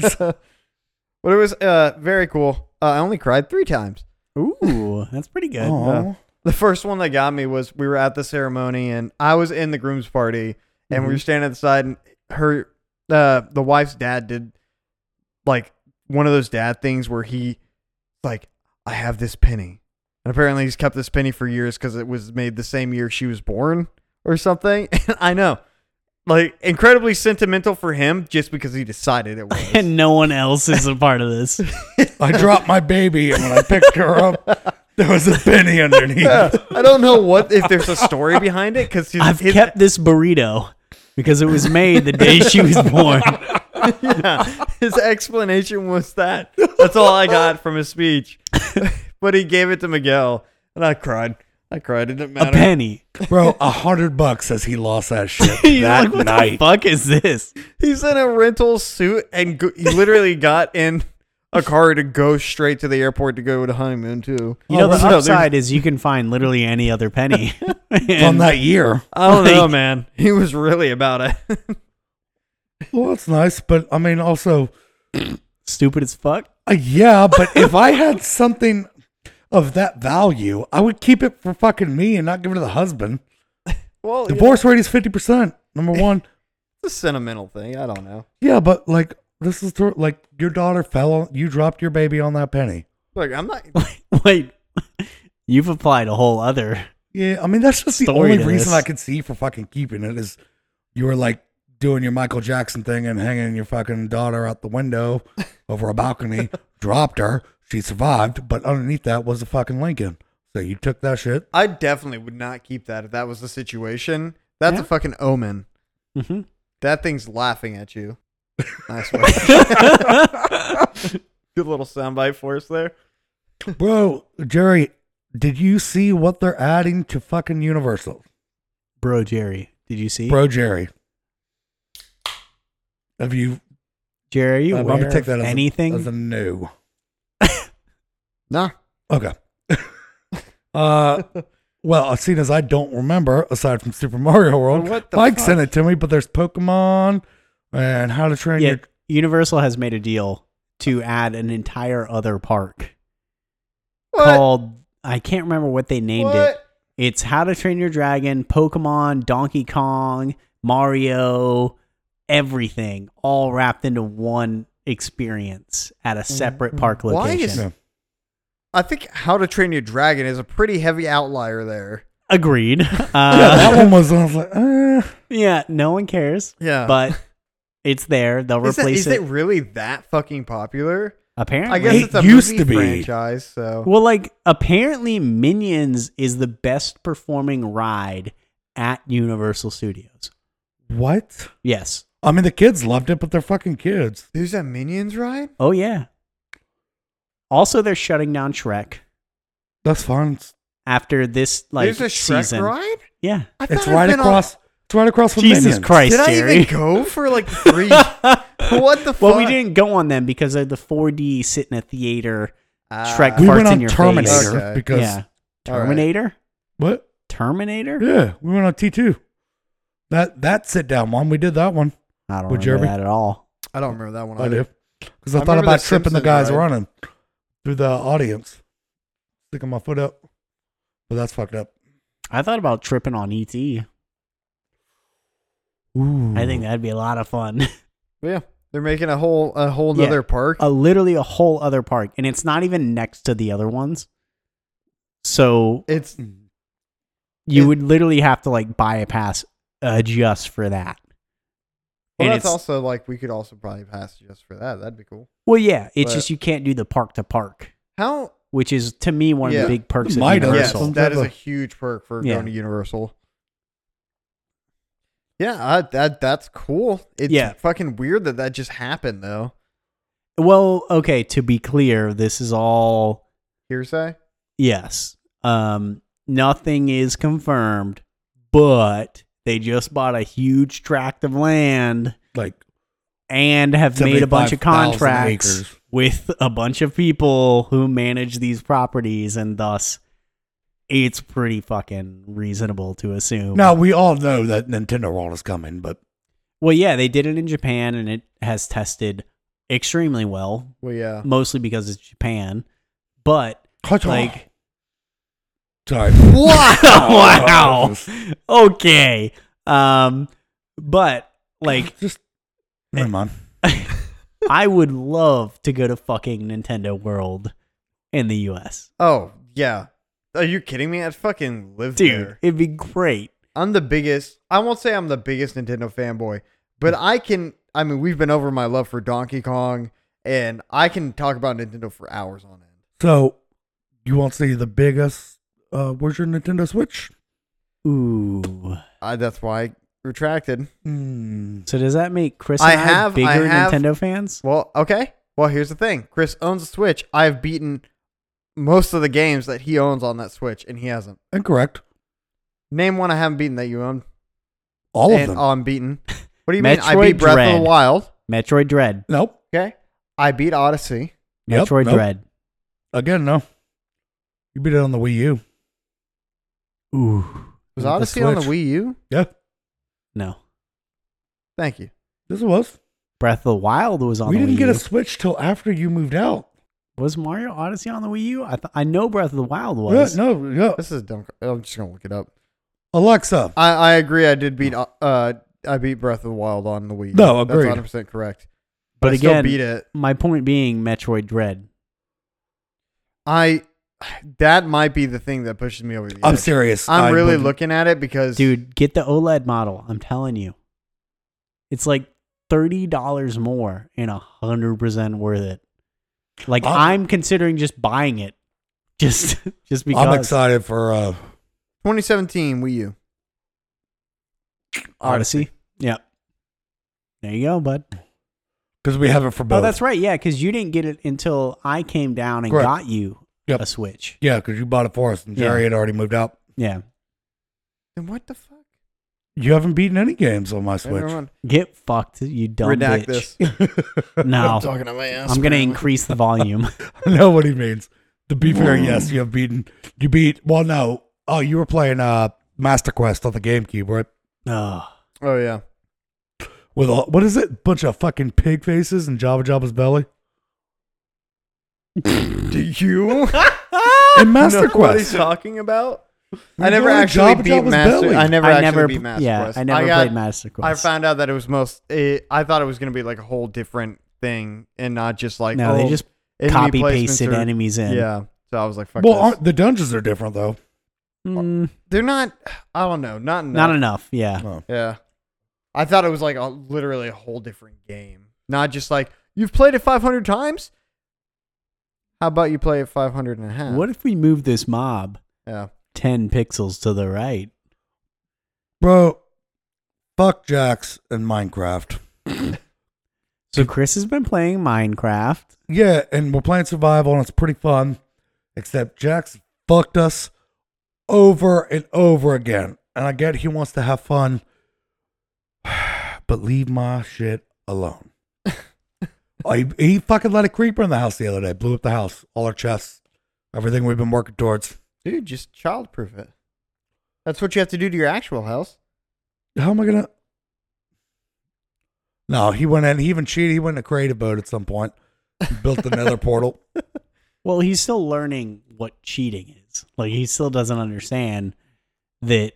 Speaker 3: was uh, very cool. Uh, I only cried three times.
Speaker 1: Ooh, that's pretty good.
Speaker 2: Aw.
Speaker 3: The first one that got me was we were at the ceremony and I was in the groom's party and
Speaker 1: Mm-hmm.
Speaker 3: we were standing at the side and her uh the wife's dad did like one of those dad things where he like I have this penny. And apparently he's kept this penny for years cuz it was made the same year she was born or something. And I know. Like incredibly sentimental for him just because he decided it was.
Speaker 1: And no one else is a part of this.
Speaker 2: I dropped my baby, and when I picked her up, there was a penny underneath.
Speaker 3: Yeah, I don't know what if there's a story behind it cuz
Speaker 1: I've kept this burrito because it was made the day she was born.
Speaker 3: yeah, his explanation was that. That's all I got from his speech. but he gave it to Miguel, and I cried. I cried. It didn't
Speaker 1: A
Speaker 3: matter.
Speaker 1: penny.
Speaker 2: Bro, a hundred bucks says he lost that shit
Speaker 1: You're
Speaker 2: that
Speaker 1: like, what the
Speaker 2: night.
Speaker 1: fuck is this?
Speaker 3: He's in a rental suit, and go- he literally got in a car to go straight to the airport to go to honeymoon too.
Speaker 1: You know,
Speaker 2: Oh,
Speaker 1: the
Speaker 2: so
Speaker 3: there's-
Speaker 1: upside is you can find literally any other penny.
Speaker 2: From
Speaker 1: And
Speaker 2: that year.
Speaker 3: I don't know,
Speaker 1: Like-
Speaker 3: man. He was really about it.
Speaker 2: Well, that's nice, but I mean, also,
Speaker 1: stupid as fuck.
Speaker 2: uh, yeah, but if I had something of that value, I would keep it for fucking me and not give it to the husband.
Speaker 3: well, you know,
Speaker 2: Divorce rate is 50%, number one.
Speaker 3: it's a sentimental thing. I don't know.
Speaker 2: Yeah, but like, this is through, like your daughter fell on, you dropped your baby on that penny.
Speaker 3: Look, I'm not.
Speaker 1: Wait, you've applied a whole other.
Speaker 2: Yeah, I mean that's just the
Speaker 1: Story
Speaker 2: only
Speaker 1: to this.
Speaker 2: reason I could see for fucking keeping it is you were like doing your Michael Jackson thing and hanging your fucking daughter out the window over a balcony, dropped her, she survived, but underneath that was a fucking Lincoln. So you took that shit.
Speaker 3: I definitely would not keep that if that was the situation. That's a
Speaker 1: Yeah.
Speaker 3: fucking omen.
Speaker 2: Mm-hmm.
Speaker 1: hmm
Speaker 3: That thing's laughing at you. Nice one. Good little soundbite for us there.
Speaker 2: Bro, Jerry, did you see what they're adding to fucking Universal?
Speaker 1: Bro, Jerry, did you see?
Speaker 2: Bro Jerry. Have you
Speaker 1: Jerry, are you
Speaker 2: I'm
Speaker 1: aware
Speaker 2: Uh, gonna take
Speaker 1: of
Speaker 2: that as a-
Speaker 1: anything?
Speaker 2: as a no.
Speaker 3: Nah.
Speaker 2: Okay. uh, well, seeing as I don't remember, aside from Super Mario World,
Speaker 3: What the
Speaker 2: Mike
Speaker 3: fuck?
Speaker 2: sent it to me, but there's Pokemon and How to Train
Speaker 1: Yeah,
Speaker 2: Your.
Speaker 1: Universal has made a deal to add an entire other park
Speaker 3: What?
Speaker 1: called I can't remember what they named it.
Speaker 3: What?
Speaker 1: It's How to Train Your Dragon, Pokemon, Donkey Kong, Mario, everything all wrapped into one experience at a separate park
Speaker 3: Mm-hmm. Why
Speaker 1: location.
Speaker 3: is- I think How to Train Your Dragon is a pretty heavy outlier there.
Speaker 1: Agreed.
Speaker 2: yeah, that
Speaker 1: Uh,
Speaker 2: one was. I was like, eh.
Speaker 1: yeah, no one cares,
Speaker 3: Yeah.
Speaker 1: but it's there. They'll
Speaker 3: is, that,
Speaker 1: replace
Speaker 3: is it really that fucking popular?
Speaker 1: Apparently,
Speaker 3: I guess
Speaker 2: It
Speaker 3: it's a
Speaker 2: used
Speaker 3: movie
Speaker 2: to be.
Speaker 3: franchise, so
Speaker 1: Well, like apparently Minions is the best performing ride at Universal Studios.
Speaker 2: What?
Speaker 1: Yes.
Speaker 2: I mean, the kids loved it, but they're fucking kids.
Speaker 3: there's a Minions ride.
Speaker 1: Oh yeah. Also they're shutting down Shrek
Speaker 2: That's fun. It's,
Speaker 1: after this like
Speaker 3: there's a Shrek
Speaker 1: season.
Speaker 3: ride.
Speaker 1: Yeah.
Speaker 3: I
Speaker 2: it's
Speaker 3: thought I've
Speaker 2: right
Speaker 3: been on-
Speaker 2: across. It's right across from
Speaker 1: Jesus
Speaker 2: Minions.
Speaker 1: Christ,
Speaker 3: Did I
Speaker 1: Jerry.
Speaker 3: even go for like three? Ah, what the fuck?
Speaker 1: well, we didn't go on them because they're the 4D sitting at theater
Speaker 3: Ah.
Speaker 1: Shrek
Speaker 2: We
Speaker 1: Farts
Speaker 2: went
Speaker 1: in
Speaker 2: on
Speaker 1: your face.
Speaker 2: Terminator
Speaker 3: Okay.
Speaker 2: because
Speaker 1: yeah.
Speaker 3: All right.
Speaker 1: Terminator?
Speaker 2: what?
Speaker 1: Terminator?
Speaker 2: Yeah, we went on T two. That that sit down one. We did that one.
Speaker 1: I don't
Speaker 2: With
Speaker 1: remember
Speaker 2: Jeremy?
Speaker 1: that at all.
Speaker 3: I don't remember that one.
Speaker 2: I
Speaker 3: either.
Speaker 2: do. Because I,
Speaker 3: I
Speaker 2: thought
Speaker 3: remember
Speaker 2: about
Speaker 3: the
Speaker 2: tripping the
Speaker 3: Simpsons,
Speaker 2: guys
Speaker 3: right?
Speaker 2: running through the audience, sticking my foot up. But that's fucked up.
Speaker 1: I thought about tripping on E ET.
Speaker 2: Ooh.
Speaker 1: I think
Speaker 3: Hmm.
Speaker 1: that'd be a lot of fun.
Speaker 3: But yeah, they're making a whole a whole
Speaker 1: Yeah. Oh.
Speaker 3: nother park.
Speaker 1: a literally a whole other park and it's not even next to the other ones so
Speaker 3: it's
Speaker 1: you
Speaker 3: It-
Speaker 1: would literally have to like buy a pass uh, just for that
Speaker 3: well,
Speaker 1: And
Speaker 3: that's
Speaker 1: it's-
Speaker 3: also like we could also probably pass just for that. That'd be cool.
Speaker 1: well yeah it's
Speaker 3: But-
Speaker 1: just you can't do the park to park
Speaker 3: How?
Speaker 1: which is to me one of
Speaker 3: Yeah.
Speaker 1: the big perks of
Speaker 2: Might have.
Speaker 3: Yes,
Speaker 1: universal
Speaker 2: Universal.
Speaker 3: that is a huge perk for
Speaker 1: Yeah.
Speaker 3: going to Universal. Yeah, I, that that's cool. It's
Speaker 1: Yeah.
Speaker 3: fucking weird that that just happened though.
Speaker 1: well okay to be clear this is all
Speaker 3: Hearsay.
Speaker 1: yes um nothing is confirmed but they just bought a huge tract of land
Speaker 2: like
Speaker 1: and have made a bunch of
Speaker 2: 75,000
Speaker 1: contracts
Speaker 2: acres.
Speaker 1: with a bunch of people who manage these properties and thus it's pretty fucking reasonable to assume.
Speaker 2: now we all know that Nintendo World is coming, but
Speaker 1: Well, yeah, they did it in Japan and it has tested extremely well,
Speaker 3: Well, yeah.
Speaker 1: mostly because it's Japan. But
Speaker 2: Oh.
Speaker 1: like
Speaker 2: sorry,
Speaker 1: Oh,
Speaker 2: Oh,
Speaker 1: wow. okay. Um but like eh.
Speaker 2: just never mind.
Speaker 1: I would love to go to fucking Nintendo World in the US.
Speaker 3: Oh yeah. Are you kidding me? I fucking live
Speaker 1: Dude,
Speaker 3: there.
Speaker 1: it'd be great.
Speaker 3: I'm the biggest. I won't say I'm the biggest Nintendo fanboy,
Speaker 1: Mm.
Speaker 3: but I can. I mean, we've been over my love for Donkey Kong, and I can talk about Nintendo for hours on end.
Speaker 2: So you won't see the biggest. Uh, where's your Nintendo Switch?
Speaker 1: Ooh.
Speaker 3: I, that's why I retracted.
Speaker 2: Hmm.
Speaker 1: So does that make Chris
Speaker 3: I
Speaker 1: and I
Speaker 3: have- I
Speaker 1: bigger
Speaker 3: have-
Speaker 1: Nintendo fans?
Speaker 3: Well, okay. Well, here's the thing. Chris owns a Switch. I've beaten most of the games that he owns on that Switch, and he hasn't.
Speaker 2: Incorrect.
Speaker 3: Name one I haven't beaten that you own.
Speaker 2: All of
Speaker 3: and
Speaker 2: them.
Speaker 3: Oh, I'm beaten. What do you mean? I
Speaker 1: Metroid
Speaker 3: beat Breath of
Speaker 1: Dread.
Speaker 3: the Wild.
Speaker 1: Metroid Dread.
Speaker 2: nope.
Speaker 3: Okay. I beat Odyssey.
Speaker 2: Yep,
Speaker 1: Metroid
Speaker 2: nope.
Speaker 1: Dread.
Speaker 2: Again, no. You beat it on the Wii U.
Speaker 1: Ooh.
Speaker 2: With
Speaker 3: Was
Speaker 2: the
Speaker 3: Odyssey on the
Speaker 2: Switch.
Speaker 3: Wii U?
Speaker 2: Yeah,
Speaker 1: No.
Speaker 3: Thank you.
Speaker 2: this it was.
Speaker 1: Breath of the Wild was on
Speaker 2: we
Speaker 1: the
Speaker 2: didn't
Speaker 1: Wii
Speaker 2: get
Speaker 1: U.
Speaker 2: a Switch till after you moved out.
Speaker 1: Was Mario Odyssey on the Wii U? I, th- I know Breath of the Wild
Speaker 2: Yeah,
Speaker 1: was.
Speaker 2: no, yeah.
Speaker 3: This is dumb. I'm just gonna look it up.
Speaker 2: Alexa,
Speaker 3: I, I agree. I did beat. Uh, uh, I beat Breath of the Wild on the Wii. U.
Speaker 2: No,
Speaker 3: That's
Speaker 2: agreed.
Speaker 3: 100 percent correct.
Speaker 1: But
Speaker 3: I
Speaker 1: again-
Speaker 3: still beat it.
Speaker 1: My point being Metroid Dread.
Speaker 3: I. That might be the thing that pushes me over the edge.
Speaker 2: I'm serious.
Speaker 3: I'm
Speaker 2: I
Speaker 3: really
Speaker 2: wouldn't-
Speaker 3: looking at it because,
Speaker 1: Dude, get the OLED model. I'm telling you. It's like $30 more and 100% worth it. Like
Speaker 2: I'm-
Speaker 1: I'm considering just buying it. Just just because
Speaker 2: I'm excited for uh,
Speaker 3: 2017 Wii U.
Speaker 1: Odyssey. Yep. There you go, bud.
Speaker 2: because we have it for both.
Speaker 1: Oh, that's right. Yeah, because you didn't get it until I came down and
Speaker 2: Correct.
Speaker 1: got you
Speaker 2: Yep.
Speaker 1: a Switch.
Speaker 2: Yeah, because you bought it for us, and Jerry
Speaker 1: Yeah.
Speaker 2: had already moved out.
Speaker 1: Yeah.
Speaker 3: Then what the fuck?
Speaker 2: You haven't beaten any games on my
Speaker 3: Never
Speaker 2: Switch.
Speaker 3: mind.
Speaker 1: Get fucked, you dumb
Speaker 3: Redact
Speaker 1: bitch.
Speaker 3: this.
Speaker 1: No,
Speaker 3: Talking to my ass.
Speaker 1: I'm gonna
Speaker 3: apparently.
Speaker 1: increase the volume.
Speaker 2: I know what he means. To be fair, yes, you have beaten. You beat. Well, no. Oh, you were playing uh Master Quest on the GameCube, right?
Speaker 1: Oh,
Speaker 3: Oh yeah.
Speaker 2: With all, what is it? Bunch of fucking pig faces and Jabba Jabba's belly.
Speaker 3: Do you?
Speaker 2: And Master
Speaker 3: know what he's
Speaker 2: Quest.
Speaker 3: talking about?
Speaker 2: You're
Speaker 3: I never
Speaker 2: going
Speaker 3: actually
Speaker 2: Jabba
Speaker 3: beat
Speaker 2: Jabba's
Speaker 3: Master.
Speaker 2: belly.
Speaker 3: I never
Speaker 1: I
Speaker 3: actually
Speaker 1: never,
Speaker 3: beat Master
Speaker 1: yeah,
Speaker 3: Quest.
Speaker 1: I never
Speaker 3: got,
Speaker 1: played Master Quest.
Speaker 3: I found out that it was most. It, I thought it was going to be like a whole different thing and not just like
Speaker 1: no,
Speaker 3: oh,
Speaker 1: they just
Speaker 3: enemy
Speaker 1: copy
Speaker 3: placements
Speaker 1: pasted
Speaker 3: are-
Speaker 1: enemies in.
Speaker 3: Yeah. So I was like, fuck
Speaker 2: Well,
Speaker 3: this.
Speaker 2: aren't, the dungeons are different though.
Speaker 1: Mm,
Speaker 3: They're not. I don't know. Not enough.
Speaker 1: not enough. Yeah,
Speaker 2: Oh.
Speaker 3: Yeah. I thought it was like a, literally a whole different game. Not just like, you've played it 500 times? How about you play it 500 and a half?
Speaker 1: What if we move this mob
Speaker 3: Yeah.
Speaker 1: 10 pixels to the right?
Speaker 2: Bro, fuck Jax and Minecraft.
Speaker 1: So Chris has been playing Minecraft.
Speaker 2: Yeah, and we're playing survival and it's pretty fun. Except Jax fucked us over and over again. And I get he wants to have fun, but leave my shit alone. I, he fucking let a creeper in the house the other day, blew up the house, all our chests, everything we've been working towards.
Speaker 3: Dude, just childproof it. That's what you have to do to your actual house.
Speaker 2: How am I gonna? No, he went in. He even cheated. He went in a creative mode at some point, built another portal.
Speaker 1: Well, he's still learning what cheating is. Like he still doesn't understand that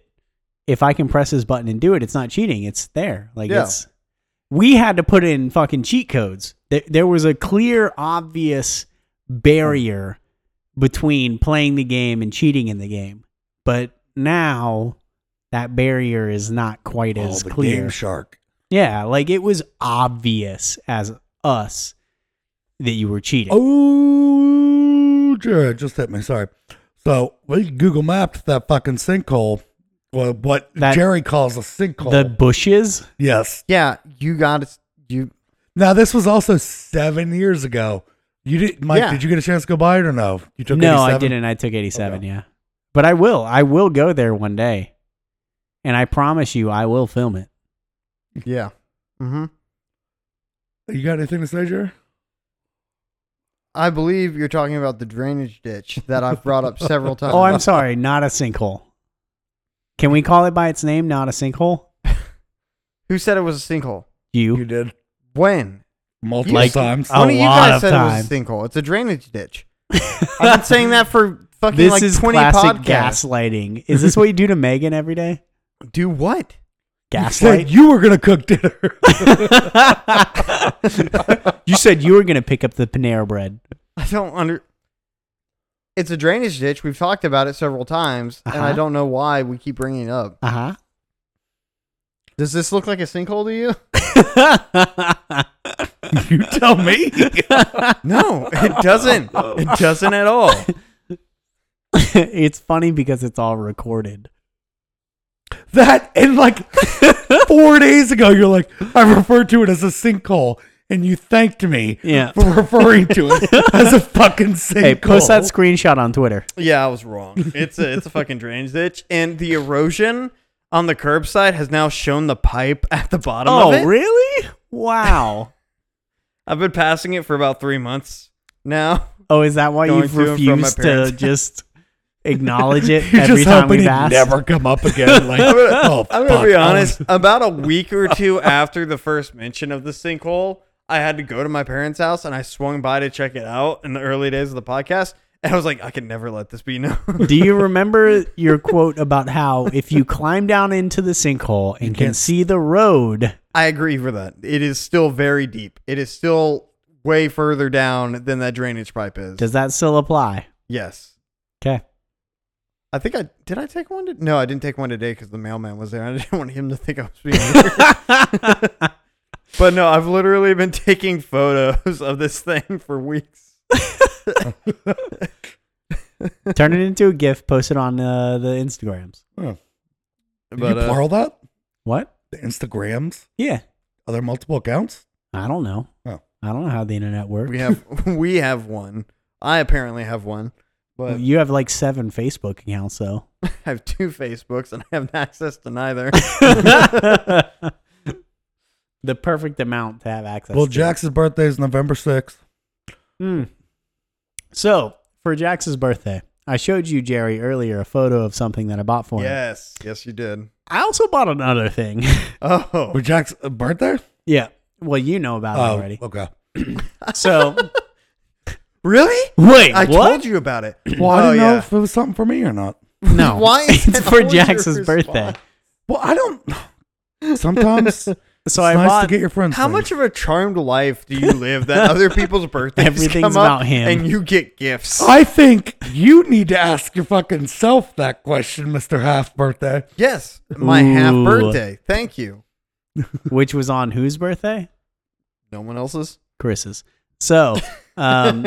Speaker 1: if I can press his button and do it, it's not cheating. It's there. Like
Speaker 3: Yeah.
Speaker 1: it's we had to put in fucking cheat codes. There, there was a clear, obvious barrier between playing the game and cheating in the game. But now that barrier is not quite
Speaker 2: Oh,
Speaker 1: as
Speaker 2: the
Speaker 1: clear.
Speaker 2: Game Shark.
Speaker 1: Yeah, like it was obvious as us that you were cheating.
Speaker 2: Oh, Jared just hit me. Sorry. So we Google mapped that fucking sinkhole. Well, what
Speaker 1: That-
Speaker 2: Jerry calls a sinkhole.
Speaker 1: the bushes.
Speaker 2: yes.
Speaker 3: Yeah, you got to. You,
Speaker 2: Now this was also seven years ago. You did, Mike?
Speaker 3: Yeah.
Speaker 2: Did you get a chance to go by it or no? You took
Speaker 1: no, I
Speaker 2: 87?
Speaker 1: didn't. I took 87,
Speaker 2: Okay.
Speaker 1: yeah. But I will. I will go there one day. And I promise you, I will film it.
Speaker 3: yeah. Mm-hmm.
Speaker 2: You got anything to say, Jerry?
Speaker 3: I believe you're talking about the drainage ditch that I've brought up several times.
Speaker 1: Oh, I'm sorry. Not a sinkhole. Can we call it by its name? Not a sinkhole?
Speaker 3: Who said it was a sinkhole?
Speaker 2: You
Speaker 1: You.
Speaker 2: did
Speaker 3: When?
Speaker 2: multiple
Speaker 1: Like- uh,
Speaker 2: times.
Speaker 1: A
Speaker 3: One of you
Speaker 1: lot
Speaker 3: guys
Speaker 1: of
Speaker 3: said
Speaker 1: time.
Speaker 3: it was a sinkhole. It's a drainage ditch. I've been saying that for fucking
Speaker 1: This
Speaker 3: like
Speaker 1: is
Speaker 3: 20
Speaker 1: classic
Speaker 3: podcasts.
Speaker 1: gaslighting. Is this what you do to Megan every day?
Speaker 3: Do what?
Speaker 2: You said
Speaker 1: Gaslight?
Speaker 2: you were gonna cook dinner.
Speaker 1: you said you were going to pick up the Panera bread.
Speaker 3: I don't under. It's a drainage ditch. We've talked about it several times, and I
Speaker 1: Uh-huh.
Speaker 3: don't know why we keep bringing it up.
Speaker 1: Uh huh.
Speaker 3: Does this look like a sinkhole to you?
Speaker 2: you tell me.
Speaker 3: No, it doesn't. It doesn't at all.
Speaker 1: it's funny because it's all recorded.
Speaker 2: That and like four days ago, you're like, I referred to it as a sinkhole, and you thanked me
Speaker 1: Yeah.
Speaker 2: for referring to it as a fucking sinkhole.
Speaker 1: Hey, post that screenshot on Twitter.
Speaker 3: Yeah, I was wrong. It's a it's a fucking drainage ditch, and the erosion on the curbside has now shown the pipe at the bottom of it.
Speaker 1: Oh, really? Wow.
Speaker 3: I've been passing it for about three months now.
Speaker 1: Oh, is that why
Speaker 3: Going
Speaker 1: you've
Speaker 3: to and from my
Speaker 1: refused to
Speaker 3: parents.
Speaker 1: just acknowledge it
Speaker 2: You're
Speaker 1: every
Speaker 2: just
Speaker 1: time
Speaker 2: hoping
Speaker 1: we've
Speaker 2: it
Speaker 1: asked?
Speaker 2: never come up again. Like,
Speaker 3: I'm gonna,
Speaker 2: oh,
Speaker 3: I'm gonna
Speaker 2: fuck,
Speaker 3: be
Speaker 2: I was-
Speaker 3: honest. About a week or two after the first mention of the sinkhole, I had to go to my parents' house and I swung by to check it out in the early days of the podcast. And I was like, I can never let this be known.
Speaker 1: Do you remember your quote about how if you climb down into the sinkhole and can
Speaker 2: can't-
Speaker 1: see the road,
Speaker 3: I agree with that. It is still very deep. It is still way further down than that drainage pipe is.
Speaker 1: does that still apply?
Speaker 3: yes.
Speaker 1: Okay.
Speaker 3: I think I did. I take one. To, no, I didn't take one today because the mailman was there. I didn't want him to think I was being. weird. but no, I've literally been taking photos of this thing for weeks.
Speaker 1: Turn it into a GIF, post it on uh, the Instagrams.
Speaker 2: Did
Speaker 3: uh,
Speaker 2: you plural that?
Speaker 1: What?
Speaker 2: The Instagrams?
Speaker 1: Yeah.
Speaker 2: Are there multiple accounts?
Speaker 1: I don't know.
Speaker 2: Oh.
Speaker 1: I don't know how the internet works.
Speaker 3: we have we have one. I apparently have uh, one, but
Speaker 1: you have like seven Facebook accounts, though.
Speaker 3: I have two Facebooks and I have access to neither.
Speaker 1: the perfect amount to have access.
Speaker 2: well,
Speaker 1: to.
Speaker 2: Jax's birthday is November 6th.
Speaker 1: Mm. Hmm. So, for Jax's birthday, I showed you Jerry earlier a photo of something that I bought for him.
Speaker 3: Yes, yes, you did.
Speaker 1: I also bought another thing.
Speaker 3: Oh,
Speaker 2: For Jack's uh, birthday?
Speaker 1: yeah. Well, you know about it
Speaker 2: Oh,
Speaker 1: already.
Speaker 2: okay.
Speaker 1: So
Speaker 3: really?
Speaker 1: wait,
Speaker 3: I
Speaker 1: what?
Speaker 3: told you about it.
Speaker 2: Well, I
Speaker 3: oh,
Speaker 2: don't know
Speaker 3: yeah.
Speaker 2: if it was something for me or not.
Speaker 1: No,
Speaker 3: Why is
Speaker 1: it's
Speaker 3: that
Speaker 1: for
Speaker 3: always your
Speaker 1: Jax's birthday.
Speaker 3: response?
Speaker 2: Well, I don't. Sometimes it's
Speaker 1: So I
Speaker 2: nice
Speaker 1: bought.
Speaker 2: to get your friends.
Speaker 3: How
Speaker 2: things.
Speaker 3: much of a charmed life do you live that other people's birthdays
Speaker 1: Everything's
Speaker 3: come up
Speaker 1: about him.
Speaker 3: and you get gifts?
Speaker 2: I think you need to ask your fucking self that question, Mister Half Birthday.
Speaker 3: Yes, my half
Speaker 1: Ooh.
Speaker 3: birthday. Thank you.
Speaker 1: which was on whose birthday?
Speaker 3: No one else's.
Speaker 1: Chris's. So, um,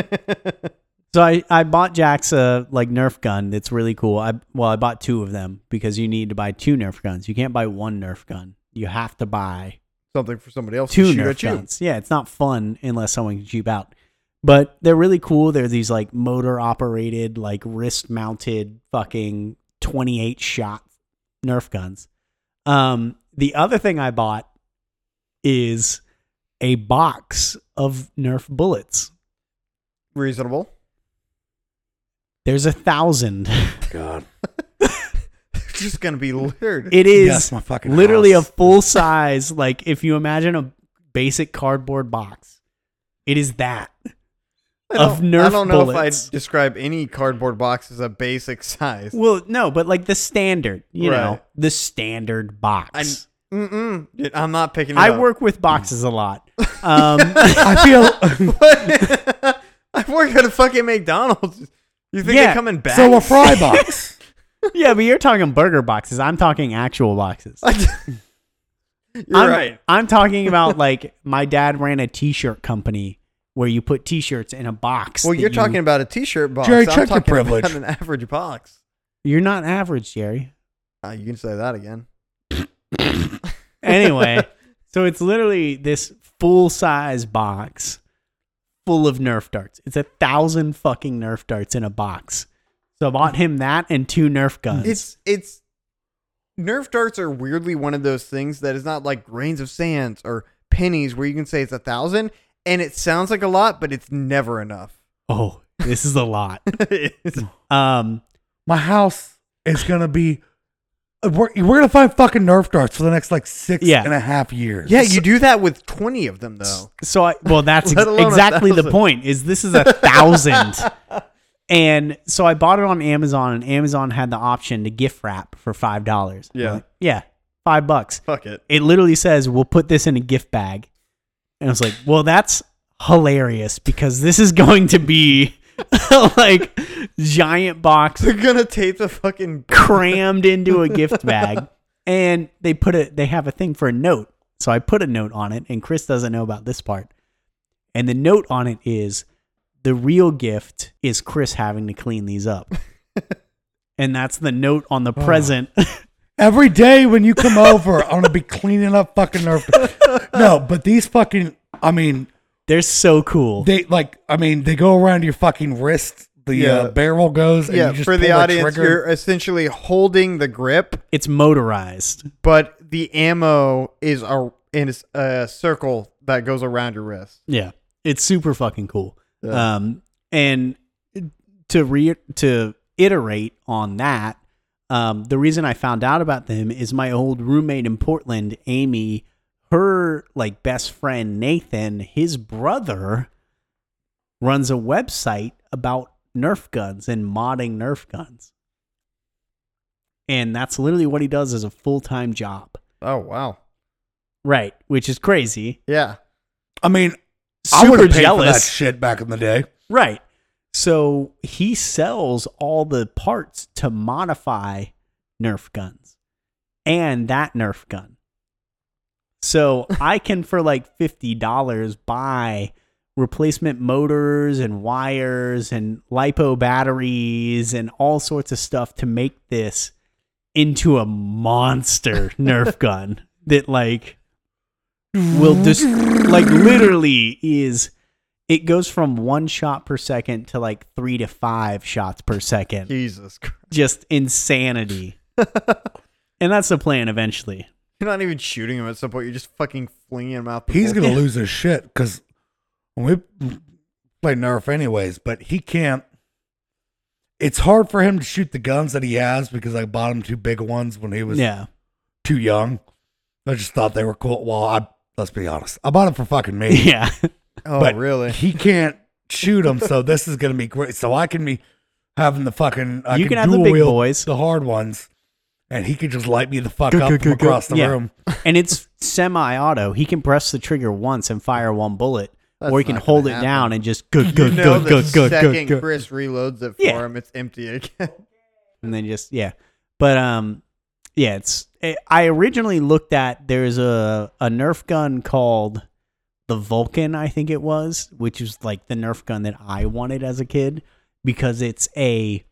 Speaker 1: so I, I bought Jax a like Nerf gun that's really cool. I well I bought two of them because you need to buy two Nerf guns. You can't buy one Nerf gun. You have to buy
Speaker 3: Something for somebody else
Speaker 1: two
Speaker 3: to shoot
Speaker 1: Nerf
Speaker 3: at you.
Speaker 1: guns. Yeah, it's not fun unless someone can shoot out. But they're really cool. They're these like motor operated, like wrist mounted fucking 28 shot Nerf guns. Um, the other thing I bought is a box of Nerf bullets.
Speaker 3: Reasonable.
Speaker 1: There's a thousand.
Speaker 2: God,
Speaker 3: Just gonna be littered.
Speaker 1: It is
Speaker 2: Yes, my fucking
Speaker 1: literally
Speaker 2: house.
Speaker 1: a full size, like if you imagine a basic cardboard box, it is that.
Speaker 3: I don't-
Speaker 1: of Nerf
Speaker 3: I don't know
Speaker 1: bullets.
Speaker 3: if I'd describe any cardboard box as a basic size.
Speaker 1: Well, no, but like the standard, you know,
Speaker 3: Right.
Speaker 1: the standard
Speaker 3: I'm,
Speaker 1: box.
Speaker 3: mm-mm, Dude, I'm not picking. It
Speaker 1: I
Speaker 3: up.
Speaker 1: work with boxes a lot. Um,
Speaker 2: I feel
Speaker 3: I work at a fucking McDonald's. You think
Speaker 1: Yeah.
Speaker 3: they come in bags?
Speaker 2: so a fry box.
Speaker 1: yeah, but you're talking burger boxes. I'm talking actual boxes.
Speaker 3: You're
Speaker 1: I'm,
Speaker 3: right.
Speaker 1: I'm talking about like my dad ran a t-shirt company where you put t-shirts in a box.
Speaker 3: Well,
Speaker 1: that
Speaker 3: you're
Speaker 1: you-
Speaker 3: talking about a t-shirt box.
Speaker 2: Jerry,
Speaker 3: I'm
Speaker 2: check your
Speaker 3: talking about
Speaker 2: privilege.
Speaker 3: An average box.
Speaker 1: You're not average, Jerry.
Speaker 3: Uh, you can say that again.
Speaker 1: Anyway, so it's literally this full-size box full of Nerf darts. It's a thousand fucking Nerf darts in a box. So I bought him that and two Nerf guns.
Speaker 3: It's it's Nerf darts are weirdly one of those things that is not like grains of sand or pennies where you can say it's a thousand and it sounds like a lot, but it's never enough.
Speaker 1: Oh, this is a lot.
Speaker 3: It's-
Speaker 1: Um,
Speaker 2: My house is gonna be. We're, we're gonna find fucking Nerf darts for the next like six and a
Speaker 1: Yeah.
Speaker 2: half years.
Speaker 3: yeah, you do that with twenty of them though.
Speaker 1: so I well, that's
Speaker 3: Let
Speaker 1: ex-
Speaker 3: alone a
Speaker 1: exactly the
Speaker 3: thousand.
Speaker 1: point. Is this is a thousand, and so I bought it on Amazon, and Amazon had the option to gift wrap for five dollars.
Speaker 3: Yeah.
Speaker 1: yeah, five bucks.
Speaker 3: Fuck it.
Speaker 1: It literally says we'll put this in a gift bag, and I was like, well, that's hilarious because this is going to be like giant box
Speaker 3: They're gonna tape the fucking.
Speaker 1: crammed into a gift bag and they put a they have a thing for a note so i put a note on it and chris doesn't know about this part and the note on it is the real gift is chris having to clean these up and that's the note on the present
Speaker 2: Every day when you come over, I'm gonna be cleaning up fucking Nerf. darts. No, but these fucking. I mean,
Speaker 1: they're so cool
Speaker 2: they like. I mean, they go around your fucking wrist. The
Speaker 3: Yeah.
Speaker 2: uh, barrel goes. And
Speaker 3: Yeah,
Speaker 2: you just
Speaker 3: for the
Speaker 2: pull
Speaker 3: audience,
Speaker 2: trigger.
Speaker 3: you're essentially holding the grip,
Speaker 1: it's motorized
Speaker 3: but the ammo is a is a circle that goes around your wrist.
Speaker 1: yeah it's super fucking cool um and to re to iterate on that um, the reason I found out about them is my old roommate in Portland, Amy, her like best friend Nathan, his brother runs a website about Nerf guns and modding Nerf guns. And that's literally what he does as a full-time job.
Speaker 3: Oh wow.
Speaker 1: Right, which is crazy.
Speaker 3: Yeah.
Speaker 2: I mean, I would
Speaker 1: Super
Speaker 2: have paid for that
Speaker 1: jealous.
Speaker 2: shit back in the day.
Speaker 1: Right. So he sells all the parts to modify Nerf guns and that Nerf gun. So I can, for like $50, buy replacement motors and wires and lipo batteries and all sorts of stuff to make this into a monster Nerf gun that, like, will just, like, literally is it goes from one shot per second to like three to five shots per second.
Speaker 3: Jesus Christ.
Speaker 1: Just insanity. and that's the plan eventually.
Speaker 3: You're not even shooting him at some point. You're just fucking flinging him out. The
Speaker 2: He's
Speaker 3: door.
Speaker 2: gonna lose his shit because we play Nerf anyways. But he can't. it's hard for him to shoot the guns that he has because I bought him two big ones when he was
Speaker 1: yeah.
Speaker 2: too young. I just thought they were cool. Well, I let's be honest, I bought them for fucking me.
Speaker 1: Yeah.
Speaker 3: Oh,
Speaker 2: but
Speaker 3: really?
Speaker 2: He can't shoot them, so this is gonna be great. So I can be having the fucking I
Speaker 1: You can have the
Speaker 2: dual
Speaker 1: big
Speaker 2: wield
Speaker 1: boys.
Speaker 2: the hard ones, and he could just light me the fuck
Speaker 3: Go,
Speaker 2: up
Speaker 3: go,
Speaker 2: from
Speaker 3: go, go.
Speaker 2: across the
Speaker 1: Yeah.
Speaker 2: room.
Speaker 1: and it's semi auto. He can press the trigger once and fire one bullet,
Speaker 3: That's
Speaker 1: or he can
Speaker 3: not
Speaker 1: hold
Speaker 3: gonna
Speaker 1: it down and just go, go,
Speaker 3: You know
Speaker 1: go,
Speaker 3: the
Speaker 1: go, go, go,
Speaker 3: second
Speaker 1: go.
Speaker 3: Chris reloads it for
Speaker 1: Yeah.
Speaker 3: him, it's empty again.
Speaker 1: and then just yeah but um yeah it's i i originally looked at there's a a nerf gun called the vulcan i think it was which is like the nerf gun that i wanted as a kid because it's a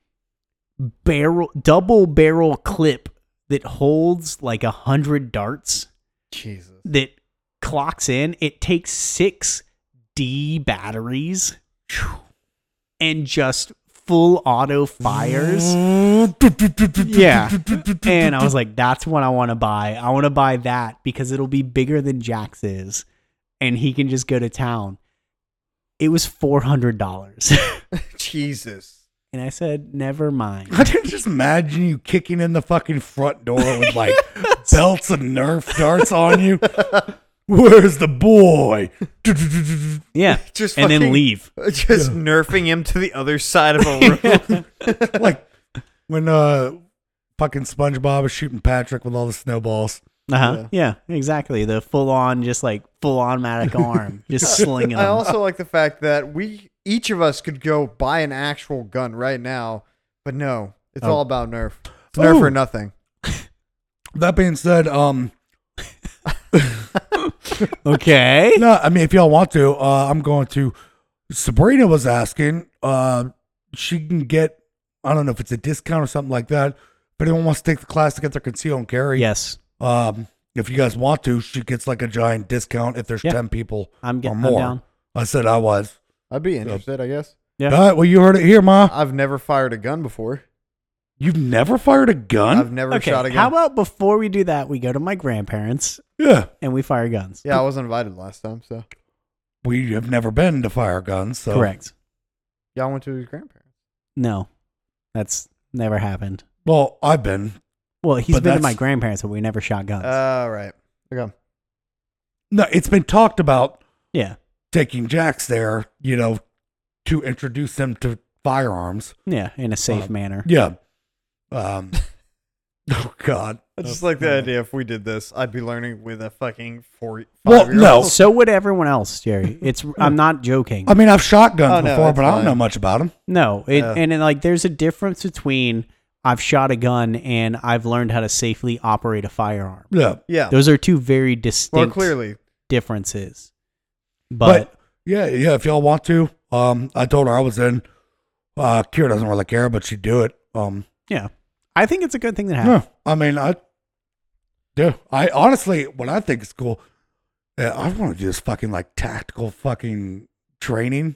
Speaker 1: barrel double barrel clip that holds like a hundred darts
Speaker 3: Jesus.
Speaker 1: that clocks in it takes six d batteries and just full auto fires Yeah. and I was like, that's what I want to buy. I want to buy that because it'll be bigger than Jack's is, and he can just go to town. It was four hundred dollars,
Speaker 3: Jesus.
Speaker 1: and I said, never mind.
Speaker 2: I can just imagine you kicking in the fucking front door with like belts and Nerf darts on you. Where's the boy?
Speaker 1: Yeah,
Speaker 3: Just
Speaker 1: and then
Speaker 3: fucking-
Speaker 1: leave.
Speaker 3: Just nerfing him to the other side of a room.
Speaker 2: like when uh fucking SpongeBob is shooting Patrick with all the snowballs.
Speaker 1: Uh-huh. Yeah. exactly. The full on, just like full automatic arm, just slinging
Speaker 3: I
Speaker 1: them.
Speaker 3: also like the fact that we each of us could go buy an actual gun right now, but no, it's
Speaker 1: Oh.
Speaker 3: all about Nerf. It's Nerf
Speaker 2: Ooh.
Speaker 3: or nothing.
Speaker 2: That being said, um
Speaker 1: okay.
Speaker 2: no, I mean if y'all want to, uh I'm going to Sabrina was asking, uh she can get I don't know if it's a discount or something like that. But anyone wants to take the class to get their conceal and carry.
Speaker 1: Yes,
Speaker 2: Um, if you guys want to, she gets like a giant discount if there's
Speaker 1: Yeah.
Speaker 2: ten people
Speaker 1: I'm
Speaker 2: or
Speaker 1: getting I'm
Speaker 2: more.
Speaker 1: down.
Speaker 2: I said I was.
Speaker 3: I'd be interested, I guess.
Speaker 1: Yeah.
Speaker 2: All right, well you heard it here, ma.
Speaker 3: I've never fired a gun before.
Speaker 2: You've never fired a gun?
Speaker 3: I've never
Speaker 1: Okay.
Speaker 3: shot a gun.
Speaker 1: How about before we do that, we go to my grandparents
Speaker 2: yeah.
Speaker 1: and we fire guns.
Speaker 3: yeah, I was invited last time, so
Speaker 2: We have never been to fire guns, so
Speaker 1: Correct.
Speaker 3: y'all went to his grandparents.
Speaker 1: No, that's never happened.
Speaker 2: Well, I've been.
Speaker 1: Well, he's
Speaker 2: But
Speaker 1: been to
Speaker 2: that's-
Speaker 1: my grandparents, but we never shot guns.
Speaker 3: All right. Okay.
Speaker 2: No, it's been talked about
Speaker 1: yeah,
Speaker 2: taking Jax there, you know, to introduce them to firearms.
Speaker 1: yeah, in a safe
Speaker 2: Uh,
Speaker 1: manner.
Speaker 2: Yeah. Um. oh God.
Speaker 3: I just like the idea. If we did this, I'd be learning with a fucking four.
Speaker 2: Well, no.
Speaker 3: five-year-old.
Speaker 1: So would everyone else, Jerry. It's I'm not joking.
Speaker 2: I mean, I've shot guns
Speaker 3: Oh, no,
Speaker 2: before,
Speaker 3: it's
Speaker 2: but I don't
Speaker 3: fine.
Speaker 2: know much about them.
Speaker 1: No, it,
Speaker 3: Yeah.
Speaker 1: and then, like there's a difference between I've shot a gun and I've learned how to safely operate a firearm.
Speaker 2: Yeah.
Speaker 3: Yeah.
Speaker 1: Those are two very
Speaker 3: Well,
Speaker 1: distinct
Speaker 3: clearly,
Speaker 1: differences. But,
Speaker 2: yeah, yeah, if y'all want to, um, I told her I was in. Uh, Kira doesn't really care, but she'd do it. Um,
Speaker 1: yeah, I think it's a good thing to have.
Speaker 2: yeah, I mean, I, yeah, I honestly, what I think is cool, uh, I want to do this fucking like tactical fucking training.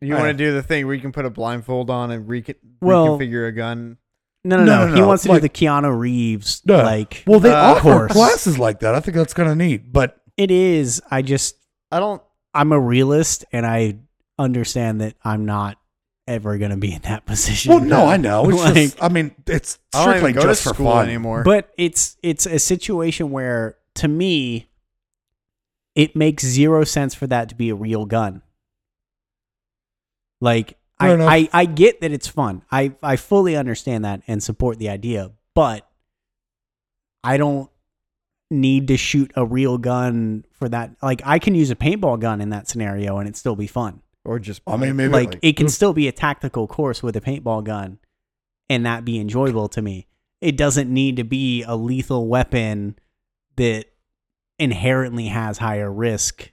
Speaker 3: you
Speaker 2: Yeah.
Speaker 3: want to do the thing where you can put a blindfold on and recon-
Speaker 1: Well-
Speaker 3: reconfigure a gun.
Speaker 1: No, no,
Speaker 2: No,
Speaker 1: no,
Speaker 2: no,
Speaker 1: He
Speaker 2: no,
Speaker 1: wants to
Speaker 2: like-
Speaker 1: do the Keanu Reeves
Speaker 2: Yeah.
Speaker 1: like.
Speaker 2: Well, they
Speaker 3: Uh,
Speaker 2: offer
Speaker 1: course.
Speaker 2: classes like that. I think that's kind of neat, but
Speaker 1: it is. I just
Speaker 3: I don't.
Speaker 1: I'm a realist and I understand that I'm not ever going to be in that position.
Speaker 2: well, no, I know. It's
Speaker 1: Like-
Speaker 2: just, I mean, it's
Speaker 3: I don't
Speaker 2: strictly
Speaker 3: even go
Speaker 2: just
Speaker 3: to
Speaker 2: for
Speaker 3: school
Speaker 2: fun.
Speaker 3: anymore.
Speaker 1: But it's it's a situation where to me it makes zero sense for that to be a real gun. Like I,
Speaker 2: Fair enough.
Speaker 1: I I get that it's fun. I I fully understand that and support the idea, but I don't need to shoot a real gun for that. Like I can use a paintball gun in that scenario and it still be fun.
Speaker 3: or just
Speaker 2: I mean, maybe
Speaker 1: like it can still be a tactical course with a paintball gun and that be enjoyable to me it doesn't need to be a lethal weapon that inherently has higher risk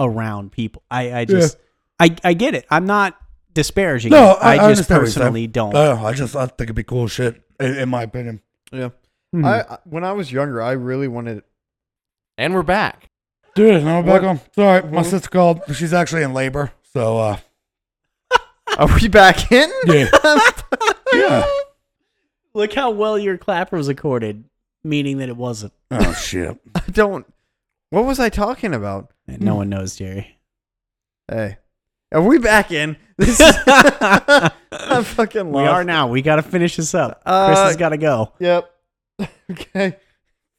Speaker 1: around people i i just i i get it i'm not disparaging
Speaker 2: No,
Speaker 1: it.
Speaker 2: I- I
Speaker 1: just
Speaker 2: understand what you're saying.
Speaker 1: personally don't
Speaker 2: I, don't know, I just I think it'd be cool shit, in, in my opinion.
Speaker 3: yeah.
Speaker 1: Hmm.
Speaker 3: I I- when I was younger, I really wanted.
Speaker 4: And we're back.
Speaker 2: Dude, no, I'm back
Speaker 3: What-
Speaker 2: on. Sorry, my
Speaker 3: Mhm.
Speaker 2: sister called. She's actually in labor, so uh,
Speaker 3: Are we back in?
Speaker 2: yeah, yeah.
Speaker 1: look how well your clapper was accorded meaning that it wasn't
Speaker 2: Oh shit.
Speaker 3: I
Speaker 2: Hmm.
Speaker 3: don't. What was I talking about?
Speaker 1: And no one knows jerry
Speaker 3: Hey, Are we back in? This is, I'm fucking
Speaker 1: We
Speaker 3: lost.
Speaker 1: are now. We got to finish this up. Chris
Speaker 3: Uh,
Speaker 1: has got to go.
Speaker 3: Yep. okay.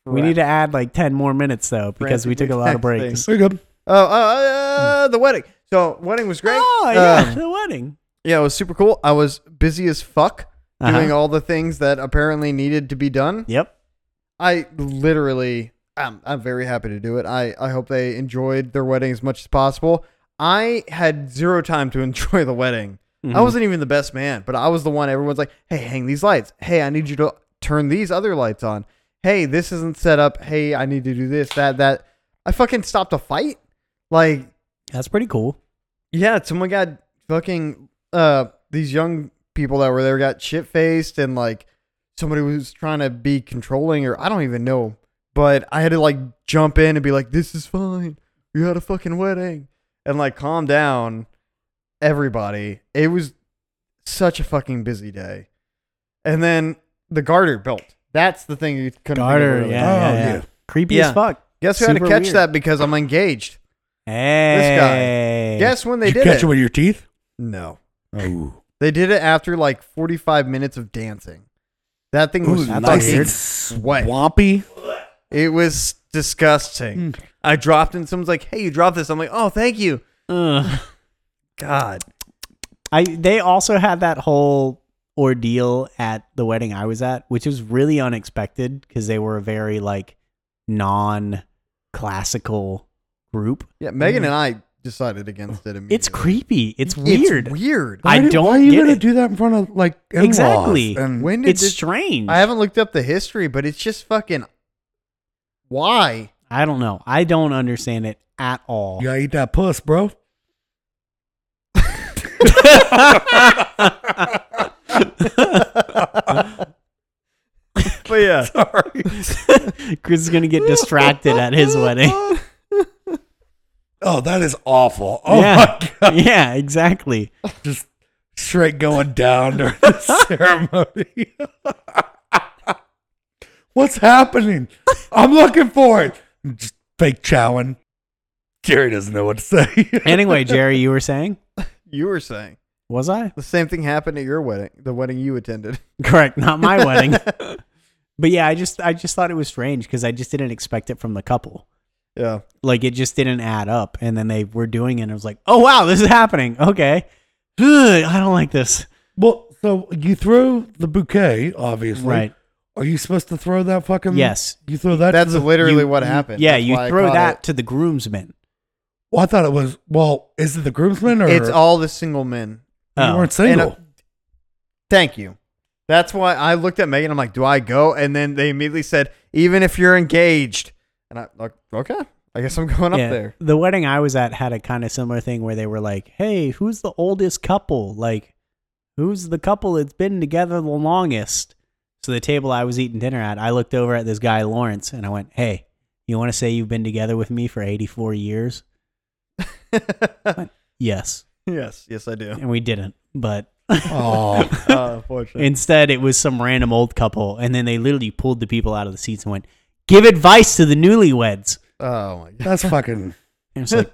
Speaker 1: We need to add like 10 more minutes though because we
Speaker 3: Frantic
Speaker 1: took a lot of
Speaker 3: text
Speaker 1: breaks.
Speaker 2: Very good.
Speaker 3: Oh, uh, uh, the wedding. So wedding was great.
Speaker 1: Oh, yeah,
Speaker 3: Um,
Speaker 1: the wedding.
Speaker 3: yeah, it was super cool. I was busy as fuck
Speaker 1: Uh-huh.
Speaker 3: doing all the things that apparently needed to be done.
Speaker 1: Yep.
Speaker 3: I literally, I'm, I'm very happy to do it. I, I hope they enjoyed their wedding as much as possible. I had zero time to enjoy the wedding. I
Speaker 1: Mhm.
Speaker 3: wasn't even the best man, but I was the one everyone's like, hey, hang these lights. Hey, I need you to turn these other lights on. Hey, this isn't set up. Hey, I need to do this, that, that. I fucking stopped a fight. Like,
Speaker 1: Mm-hmm. That's pretty cool.
Speaker 3: yeah, someone got fucking uh these young people that were there got shit faced and like somebody was trying to be controlling or I don't even know. But I had to like jump in and be like, This is fine. You had a fucking wedding and like calm down everybody. It was such a fucking busy day. And then the garter built. That's the thing you couldn't think of
Speaker 1: Garter, yeah,
Speaker 3: earlier.
Speaker 1: yeah,
Speaker 2: Oh,
Speaker 1: yeah.
Speaker 2: yeah.
Speaker 1: Creepy
Speaker 3: Yeah.
Speaker 1: as fuck.
Speaker 3: Guess who had to
Speaker 1: Super
Speaker 3: catch
Speaker 1: weird.
Speaker 3: that because I'm engaged.
Speaker 1: Hey.
Speaker 3: Guess when they
Speaker 2: Did you
Speaker 3: did
Speaker 2: catch
Speaker 3: it?
Speaker 2: it with your teeth?
Speaker 3: no.
Speaker 2: Oh,
Speaker 3: They did it after like 45 minutes of dancing. That thing was
Speaker 2: Ooh,
Speaker 1: that's
Speaker 3: fucking-
Speaker 1: weird.
Speaker 3: sweat.
Speaker 2: Swampy.
Speaker 3: It was disgusting.
Speaker 1: Hmm.
Speaker 3: I dropped in. Someone's like, "Hey, you dropped this." I'm like, "Oh, thank you."
Speaker 1: Ugh.
Speaker 3: God.
Speaker 1: I they also had that whole ordeal at the wedding I was at, which was really unexpected because they were a very like non classical group.
Speaker 3: Yeah, Megan and I decided against it. Immediately.
Speaker 1: Hmm. It's creepy. It's weird.
Speaker 3: It's weird.
Speaker 1: I
Speaker 2: Why did-
Speaker 1: don't
Speaker 2: Why are you
Speaker 1: get
Speaker 2: gonna
Speaker 1: it.
Speaker 2: do that in front of like in-laws
Speaker 1: Exactly.
Speaker 2: And
Speaker 3: When did
Speaker 1: It's
Speaker 3: this?
Speaker 1: strange.
Speaker 3: I haven't looked up the history, but it's just fucking. Why?
Speaker 1: I don't know. I don't understand it at all.
Speaker 2: you gotta eat that puss, bro.
Speaker 3: But yeah.
Speaker 1: Chris is gonna get distracted at his wedding.
Speaker 2: Oh, that is awful. Oh
Speaker 1: yeah.
Speaker 2: my god,
Speaker 1: Yeah, exactly.
Speaker 2: just straight going down during the ceremony. What's happening? I'm looking for it. Just fake chowing. Jerry doesn't know what to say.
Speaker 1: Anyway, Jerry, you were saying?
Speaker 3: You were saying
Speaker 1: Was I?
Speaker 3: the same thing happened at your wedding, the wedding you attended.
Speaker 1: Correct, not my wedding. But yeah, I just I just thought it was strange because I just didn't expect it from the couple.
Speaker 3: yeah.
Speaker 1: Like it just didn't add up. And then they were doing it and it was like, oh wow, this is happening. Okay. Ugh, I don't like this.
Speaker 2: well, so you throw the bouquet, obviously. Are you supposed to throw that fucking?
Speaker 1: Yes.
Speaker 2: You throw that.
Speaker 3: That's
Speaker 2: to the,
Speaker 3: literally
Speaker 1: You-
Speaker 3: what
Speaker 1: you-
Speaker 3: happened.
Speaker 1: Yeah,
Speaker 3: That's
Speaker 1: you
Speaker 3: why I
Speaker 1: throw
Speaker 3: caught
Speaker 1: that
Speaker 3: it.
Speaker 1: to the groomsmen.
Speaker 2: well, I thought it was. Well, is it the groomsmen or
Speaker 3: It's all the single men.
Speaker 2: you
Speaker 1: Oh.
Speaker 2: weren't single?
Speaker 3: And, uh, Thank you. That's why I looked at Megan. I'm like, do I go? And then they immediately said, even if you're engaged. And I'm like, okay, I guess I'm going
Speaker 1: Yeah.
Speaker 3: up there.
Speaker 1: The wedding I was at had a kind of similar thing where they were like, "Hey, who's the oldest couple? Like, who's the couple that's been together the longest?" So the table I was eating dinner at, I looked over at this guy Lawrence and I went, "Hey, you want to say you've been together with me for 84 years?" Yes,
Speaker 3: yes, yes, I do.
Speaker 1: and we didn't. But
Speaker 2: Aw.
Speaker 3: Uh, unfortunately.
Speaker 1: instead, it was some random old couple, and then they literally pulled the people out of the seats and went, "Give advice to the newlyweds."
Speaker 3: oh my god.
Speaker 2: That's fucking.
Speaker 1: And it's like,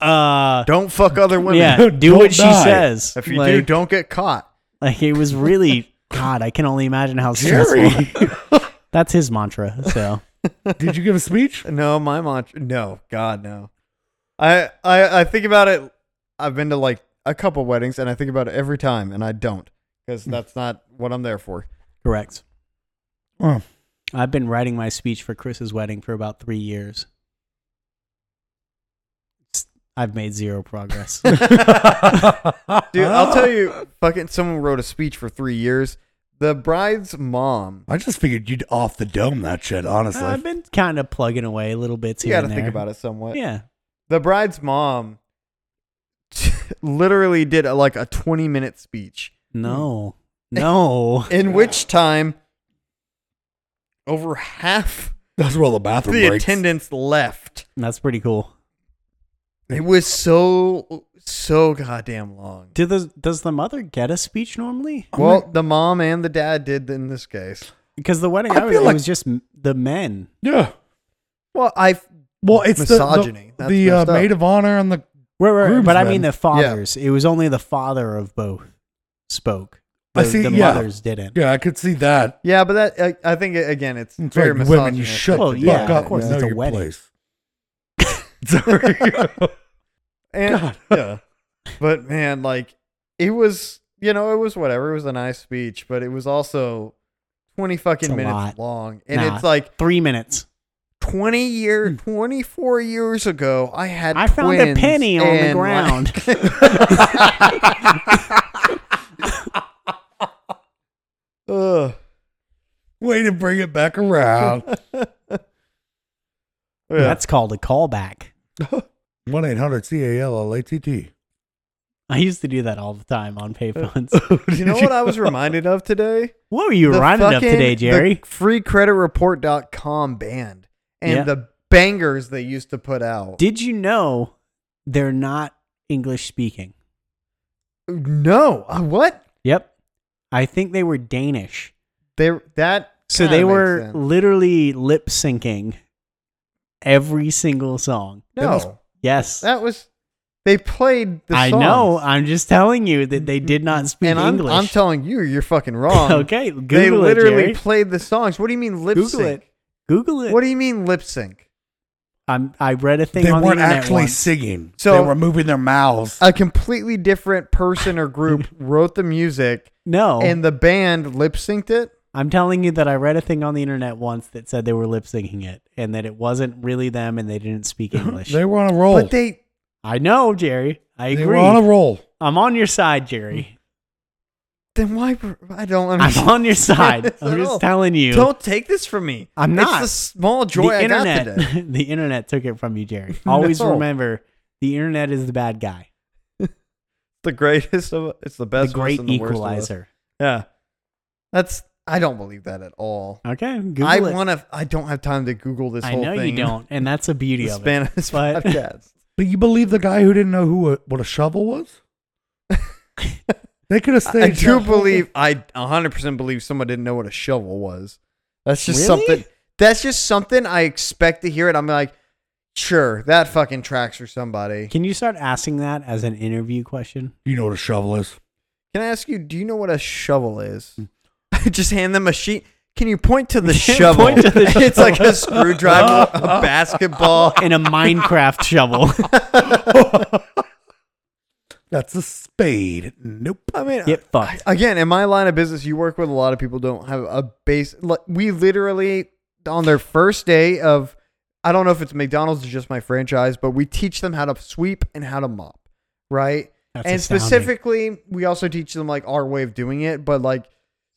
Speaker 1: uh,
Speaker 3: Don't fuck other women.
Speaker 1: yeah, do what
Speaker 2: Don't
Speaker 1: she
Speaker 2: die.
Speaker 1: says.
Speaker 3: If you do,
Speaker 1: Like-
Speaker 3: don't get caught.
Speaker 1: Like it was really God. I can only imagine how stressful.
Speaker 2: Jerry,
Speaker 1: That's his mantra. So
Speaker 2: did you give a speech?
Speaker 3: No, my mantra. No, God, no. I, I, I think about it. I've been to like a couple weddings, and I think about it every time, and I don't because
Speaker 1: Mm.
Speaker 3: that's not what I'm there for.
Speaker 1: correct.
Speaker 2: Oh.
Speaker 1: I've been writing my speech for Chris's wedding for about three years. It's- I've made zero progress.
Speaker 3: Dude,
Speaker 2: Oh.
Speaker 3: I'll tell you, fucking someone wrote a speech for three years. The bride's mom.
Speaker 2: I just figured you'd off the dome that shit, honestly.
Speaker 1: I've been kind of plugging away little bits
Speaker 3: You
Speaker 1: here
Speaker 3: got to
Speaker 1: and
Speaker 3: think
Speaker 1: there.
Speaker 3: about it somewhat.
Speaker 1: Yeah,
Speaker 3: The bride's mom literally did a, like a 20 minute speech,
Speaker 1: no, no.
Speaker 3: in which time over half
Speaker 2: That's where all the bathroom
Speaker 3: the
Speaker 2: breaks.
Speaker 3: attendants left.
Speaker 1: That's pretty cool.
Speaker 3: It was so, so goddamn long.
Speaker 1: Do the does the mother get a speech normally?
Speaker 3: Well, the mom and the dad did in this case.
Speaker 1: Because the wedding
Speaker 2: I
Speaker 1: I, was
Speaker 2: feel
Speaker 1: at
Speaker 2: like-
Speaker 1: was just m- the men.
Speaker 2: yeah.
Speaker 3: Well, I
Speaker 2: Well, it's the-
Speaker 3: Misogyny.
Speaker 2: The,
Speaker 3: That's
Speaker 2: the, uh,
Speaker 3: messed up.
Speaker 2: maid of honor and the
Speaker 1: Right, right, right. But I mean
Speaker 2: Groomsmen.
Speaker 1: the fathers. It was only the father of both spoke. The,
Speaker 2: I see,
Speaker 1: the
Speaker 2: yeah.
Speaker 1: mothers didn't.
Speaker 2: Yeah, I could see that.
Speaker 3: Yeah, but that I, I think again, it's,
Speaker 2: It's
Speaker 3: very
Speaker 2: like,
Speaker 3: misogynistic.
Speaker 2: women, you shut
Speaker 1: Well,
Speaker 2: the
Speaker 1: yeah,
Speaker 2: fuck
Speaker 1: of
Speaker 2: up.
Speaker 1: course,
Speaker 2: and
Speaker 1: it's
Speaker 2: know
Speaker 1: a
Speaker 2: your
Speaker 1: wedding.
Speaker 2: place. Sorry.
Speaker 3: And-
Speaker 2: God, yeah.
Speaker 3: but man, like it was, you know, it was whatever. It was a nice speech, but it was also twenty fucking
Speaker 1: It's a
Speaker 3: minutes
Speaker 1: lot.
Speaker 3: long, and
Speaker 1: Nah.
Speaker 3: it's like
Speaker 1: Three minutes.
Speaker 3: twenty year, twenty four years ago, I had.
Speaker 1: I found a
Speaker 3: twins,
Speaker 1: penny on the
Speaker 3: and,
Speaker 1: ground.
Speaker 3: Like, ugh.
Speaker 2: Way to bring it back around.
Speaker 3: Yeah.
Speaker 1: That's called a callback.
Speaker 2: 1 800 C A L L A T T.
Speaker 1: I used to do that all the time on payphones.
Speaker 3: you know Uh, what I was reminded of today?
Speaker 1: what were you
Speaker 3: The
Speaker 1: running up
Speaker 3: fucking-
Speaker 1: today, Jerry?
Speaker 3: The freecreditreport.com band and
Speaker 1: Yeah.
Speaker 3: the bangers they used to put out.
Speaker 1: Did you know they're not English speaking?
Speaker 3: no, uh, what?
Speaker 1: Yep. I think they were Danish.
Speaker 3: They that
Speaker 1: So
Speaker 3: kinda
Speaker 1: they
Speaker 3: makes
Speaker 1: were
Speaker 3: sense.
Speaker 1: literally lip syncing every single song.
Speaker 2: They must-
Speaker 3: no.
Speaker 1: Yes.
Speaker 3: That was they played the
Speaker 1: I know.
Speaker 3: songs.
Speaker 1: I'm just telling you that they did not speak
Speaker 3: and I'm,
Speaker 1: English.
Speaker 3: I'm telling you, you're fucking wrong.
Speaker 1: okay, Google
Speaker 3: they
Speaker 1: it,
Speaker 3: literally
Speaker 1: Jerry.
Speaker 3: played the songs. What do you mean lip
Speaker 1: Google
Speaker 3: sync?
Speaker 1: it. Google it.
Speaker 3: What do you mean lip sync?
Speaker 1: I'm, I read a thing
Speaker 2: They
Speaker 1: on
Speaker 2: weren't
Speaker 1: the internet
Speaker 2: actually
Speaker 1: once.
Speaker 2: singing,
Speaker 3: So-
Speaker 2: they were moving their mouths.
Speaker 3: A completely different person or group wrote the music
Speaker 1: No,
Speaker 3: and the band lip synced it.
Speaker 1: I'm telling you that I read a thing on the internet once that said they were lip syncing it and that it wasn't really them and they didn't speak English.
Speaker 2: They were on a roll.
Speaker 1: Oh.
Speaker 3: But they
Speaker 1: I know, Jerry. I
Speaker 2: They
Speaker 1: agree.
Speaker 2: were on a roll.
Speaker 1: I'm on your side, Jerry.
Speaker 3: then why were- I don't
Speaker 1: I'm
Speaker 3: understand.
Speaker 1: on your side.
Speaker 3: At
Speaker 1: I'm
Speaker 3: all.
Speaker 1: just telling you.
Speaker 3: Don't take this from me.
Speaker 1: I'm not.
Speaker 3: It's the small joy
Speaker 1: the
Speaker 3: I
Speaker 1: internet,
Speaker 3: got today.
Speaker 1: the internet took it from you, Jerry. Always
Speaker 3: No.
Speaker 1: remember, the internet is the bad guy,
Speaker 3: The greatest of it's the
Speaker 1: the
Speaker 3: best. of us
Speaker 1: great
Speaker 3: and the worst of us.
Speaker 1: equalizer.
Speaker 3: Yeah, that's. I don't believe that at all.
Speaker 1: Okay, Uh, Google
Speaker 3: I
Speaker 1: it.
Speaker 3: want to. I don't have time to Google this
Speaker 1: I
Speaker 3: whole
Speaker 1: know
Speaker 3: thing.
Speaker 1: you don't, and that's the
Speaker 3: The
Speaker 1: beauty of it.
Speaker 3: span of this
Speaker 1: but-
Speaker 3: podcast.
Speaker 2: But you believe the guy who didn't know who a, what a shovel was? they could have
Speaker 3: I, I
Speaker 2: stayed.
Speaker 3: do believe. I 100 percent believe someone didn't know what a shovel was. That's just
Speaker 1: Really?
Speaker 3: something. That's just something I expect to hear. It. I'm like, sure, that fucking tracks for somebody.
Speaker 1: Can you start asking that as an interview question?
Speaker 2: You know what a shovel is?
Speaker 3: Can I ask you, do you know what a shovel is? Just hand them a sheet. Can you point to the shovel?
Speaker 1: Hmm. Point to the
Speaker 3: it's like a screwdriver, a basketball.
Speaker 1: In a Minecraft shovel.
Speaker 2: That's a spade. Nope. Uh,
Speaker 3: I mean,
Speaker 1: Get fucked.
Speaker 3: again, in my line of business, you work with a lot of people don't have a base. Like, we literally, on their first day of, I don't know if it's McDonald's or just my franchise, but we teach them how to sweep and how to mop, right?
Speaker 1: That's
Speaker 3: and
Speaker 1: astounding.
Speaker 3: specifically, we also teach them like our way of doing it, but like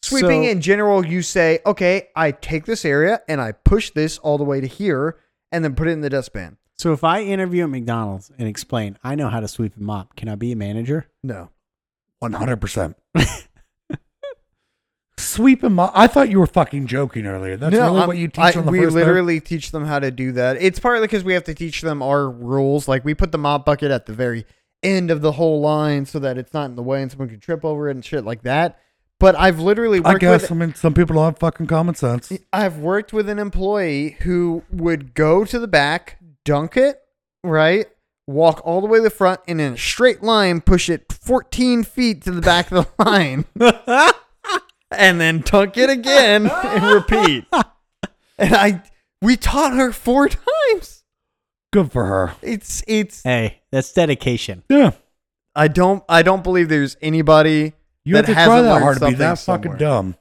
Speaker 3: sweeping
Speaker 1: So-
Speaker 3: in general, you say, okay, I take this area and I push this all the way to here and then put it in the dustpan.
Speaker 1: So if I interview at McDonald's and explain, I know how to sweep and mop. Can I be a manager?
Speaker 3: No.
Speaker 2: One hundred percent. Sweep him up. I thought you were fucking joking earlier. That's
Speaker 3: no,
Speaker 2: really
Speaker 3: I'm-
Speaker 2: what you teach
Speaker 3: I-
Speaker 2: on the
Speaker 3: we
Speaker 2: first.
Speaker 3: literally teach them how to do that. It's partly because we have to teach them our rules. Like we put the mop bucket at the very end of the whole line so that it's not in the way and someone can trip over it and shit like that. But I've literally
Speaker 2: I
Speaker 3: worked with
Speaker 2: guess. I mean, some people don't have fucking common sense.
Speaker 3: I've worked with an employee who would go to the back, dunk it, right? Walk all the way to the front and in a straight line push it 14 feet to the back of the line. and then dunk it again and repeat. And I we taught her four times.
Speaker 2: Good for her.
Speaker 3: It's it's
Speaker 1: Hey, that's dedication.
Speaker 2: Yeah.
Speaker 3: I don't I don't believe there's anybody
Speaker 2: You have
Speaker 3: that
Speaker 2: to
Speaker 3: hasn't
Speaker 2: try that
Speaker 3: learned
Speaker 2: hard to be
Speaker 3: something
Speaker 2: that
Speaker 3: somewhere.
Speaker 2: fucking dumb.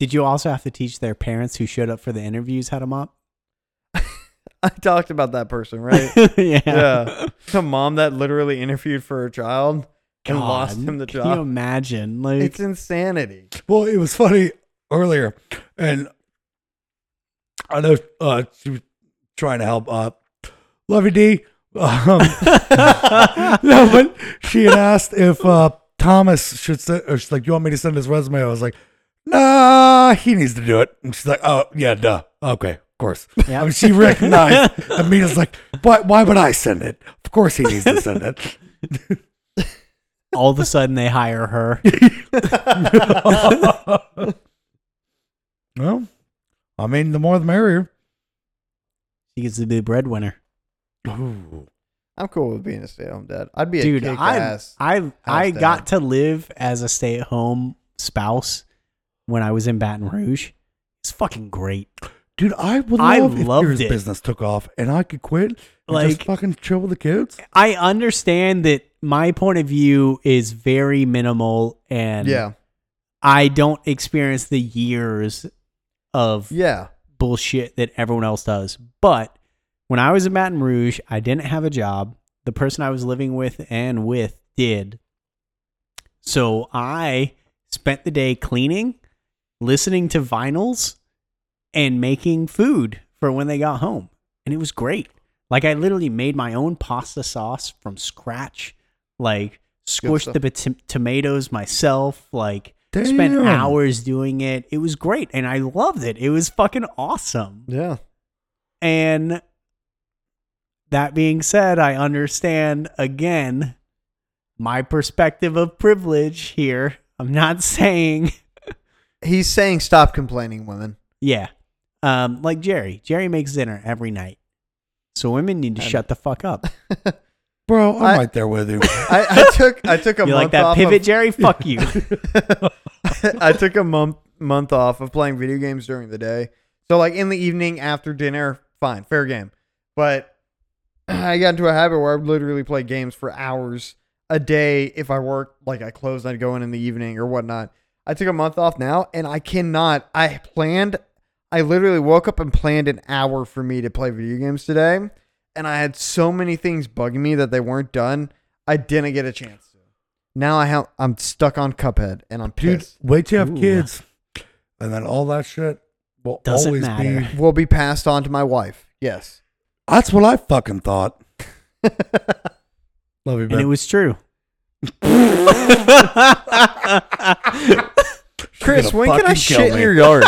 Speaker 1: Did you also have to teach their parents who showed up for the interviews how to mop?
Speaker 3: I talked about that person, right?
Speaker 1: yeah.
Speaker 3: yeah. The mom that literally interviewed for her child and
Speaker 1: God,
Speaker 3: lost him the
Speaker 1: Can you
Speaker 3: job.
Speaker 1: imagine? Like,
Speaker 3: It's insanity.
Speaker 2: Well, it was funny earlier, and I know uh, she was trying to help. Uh, Lovey D. Um, no, but she had asked if uh, Thomas should. Send, or she's like, "You want me to send his resume?" I was like, "Nah, he needs to do it." And she's like, "Oh yeah, duh, okay, of course."
Speaker 1: Yeah.
Speaker 2: I mean, she recognized. Amita's like, "Why? Why would I send it? Of course he needs to send it."
Speaker 1: all of a sudden they hire her.
Speaker 2: well, I mean, the more the merrier.
Speaker 1: She gets to be the breadwinner.
Speaker 2: Ooh.
Speaker 3: I'm cool with being a stay at home dad. I'd be a
Speaker 1: Dude,
Speaker 3: kick
Speaker 1: I
Speaker 3: ass.
Speaker 1: I I
Speaker 3: dad.
Speaker 1: got to live as a stay at home spouse when I was in Baton Rouge. It's fucking great.
Speaker 2: Dude, I would
Speaker 1: I
Speaker 2: love if
Speaker 1: loved
Speaker 2: Kira's
Speaker 1: it.
Speaker 2: business took off and I could quit and
Speaker 1: Like-
Speaker 2: just fucking chill with the kids.
Speaker 1: I understand that my point of view is very minimal and
Speaker 3: yeah,
Speaker 1: I don't experience the years of
Speaker 3: yeah,
Speaker 1: bullshit that everyone else does. But when I was in Baton Rouge, I didn't have a job. The person I was living with and with did. So I spent the day cleaning, listening to vinyls, and making food for when they got home. And it was great. Like I literally made my own pasta sauce from scratch, like squished
Speaker 3: stuff.
Speaker 1: the pot- tomatoes myself, like
Speaker 2: Damn.
Speaker 1: spent hours doing it. It was great and I loved it. It was fucking awesome.
Speaker 3: yeah.
Speaker 1: And that being said, I understand again my perspective of privilege here. I'm not saying,
Speaker 3: He's saying stop complaining, women.
Speaker 1: yeah. Um, like Jerry. Jerry makes dinner every night. So women need to
Speaker 3: And-
Speaker 1: shut the fuck up.
Speaker 2: Bro, I'm
Speaker 3: I-
Speaker 2: right there with you.
Speaker 3: I, I took I took a
Speaker 1: You
Speaker 3: month
Speaker 1: like that
Speaker 3: off
Speaker 1: pivot,
Speaker 3: of,
Speaker 1: Jerry? Fuck you.
Speaker 3: I took a month month off of playing video games during the day. So like in the evening after dinner, fine, fair game. But I got into a habit where I would literally play games for hours a day if I worked, like I closed, I'd go in in the evening or whatnot. I took a month off now, and I cannot. I planned. I literally woke up and planned an hour for me to play video games today, and I had so many things bugging me that they weren't done. I didn't get a chance. to. Now I have. I'm stuck on Cuphead, and I'm
Speaker 2: Dude,
Speaker 3: pissed.
Speaker 2: wait till you have
Speaker 1: Ooh.
Speaker 2: kids. And then all that shit will
Speaker 1: Doesn't
Speaker 2: always be.
Speaker 1: matter.
Speaker 3: Will be passed on to my wife. Yes.
Speaker 2: That's what I fucking thought. Love you,
Speaker 1: and it
Speaker 2: man.
Speaker 1: was true.
Speaker 3: Chris, when can I shit in your yard?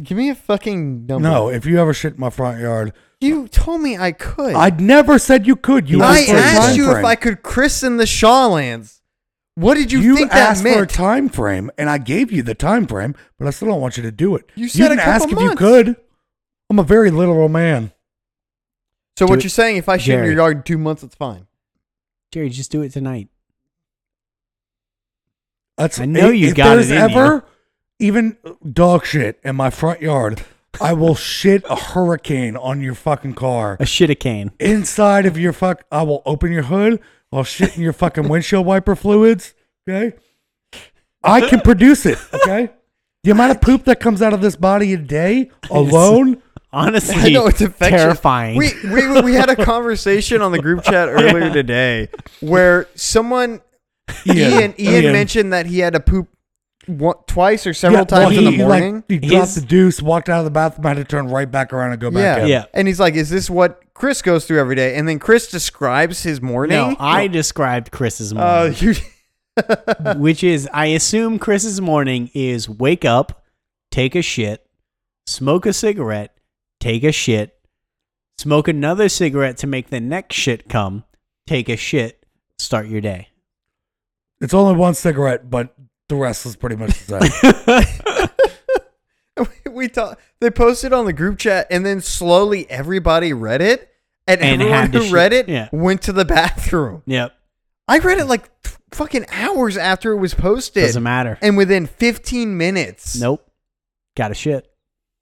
Speaker 3: Give me a fucking number.
Speaker 2: No, if you ever shit in my front yard,
Speaker 3: you told me I could.
Speaker 2: I'd never said you could. You
Speaker 3: I
Speaker 2: asked for a
Speaker 3: asked
Speaker 2: time
Speaker 3: you if
Speaker 2: frame.
Speaker 3: I could christen the Shawlands. What did you,
Speaker 2: you
Speaker 3: think that
Speaker 2: asked for a
Speaker 3: meant?
Speaker 2: time frame, and I gave you the time frame, but I still don't want you to do it.
Speaker 3: You said a
Speaker 2: didn't
Speaker 3: couple
Speaker 2: ask if you
Speaker 3: months.
Speaker 2: could. I'm a very literal man.
Speaker 3: so
Speaker 1: Do
Speaker 3: what
Speaker 1: it-
Speaker 3: you're saying? If I shit in
Speaker 1: Jerry.
Speaker 3: your yard in two months, it's fine.
Speaker 1: Jerry, just do it tonight.
Speaker 2: That's,
Speaker 1: I know you
Speaker 2: if
Speaker 1: got
Speaker 2: there's
Speaker 1: it in
Speaker 2: ever even dog shit in my front yard, I will shit a hurricane on your fucking car.
Speaker 1: A shit a cane.
Speaker 2: Inside of your fuck, I will open your hood. I'll shit in your fucking windshield wiper fluids. Okay, I can produce it. Okay, the amount of poop that comes out of this body a day alone.
Speaker 1: Honestly,
Speaker 3: I know it's infectious.
Speaker 1: terrifying.
Speaker 3: We, we we had a conversation on the group chat earlier today where someone Ian Ian, mentioned that he had to poop one, twice or
Speaker 2: Yeah,
Speaker 3: several
Speaker 2: well,
Speaker 3: times in the
Speaker 2: he, like,
Speaker 3: morning.
Speaker 2: he
Speaker 1: His-
Speaker 2: dropped the deuce, walked out of the bathroom, had to turn right back around and go back
Speaker 3: yeah.
Speaker 2: in.
Speaker 1: Yeah.
Speaker 3: and he's like, "Is this what Chris goes through every day?" And then Chris describes his morning.
Speaker 1: no, I described Chris's
Speaker 3: Uh,
Speaker 1: morning,
Speaker 3: you,
Speaker 1: which is I assume Chris's morning is wake up, take a shit, smoke a cigarette, take a shit, smoke another cigarette to make the next shit come, take a shit, start your day.
Speaker 2: It's only one cigarette, but the rest is pretty much the same.
Speaker 3: we talk, They posted on the group chat, and then slowly everybody read it, and,
Speaker 1: And
Speaker 3: everyone
Speaker 1: had to
Speaker 3: who
Speaker 1: shit.
Speaker 3: read it
Speaker 1: Yeah.
Speaker 3: went to the bathroom.
Speaker 1: Yep.
Speaker 3: I read it like f- fucking hours after it was posted,
Speaker 1: Doesn't matter.
Speaker 3: and within 15 minutes.
Speaker 1: Nope. Got a shit.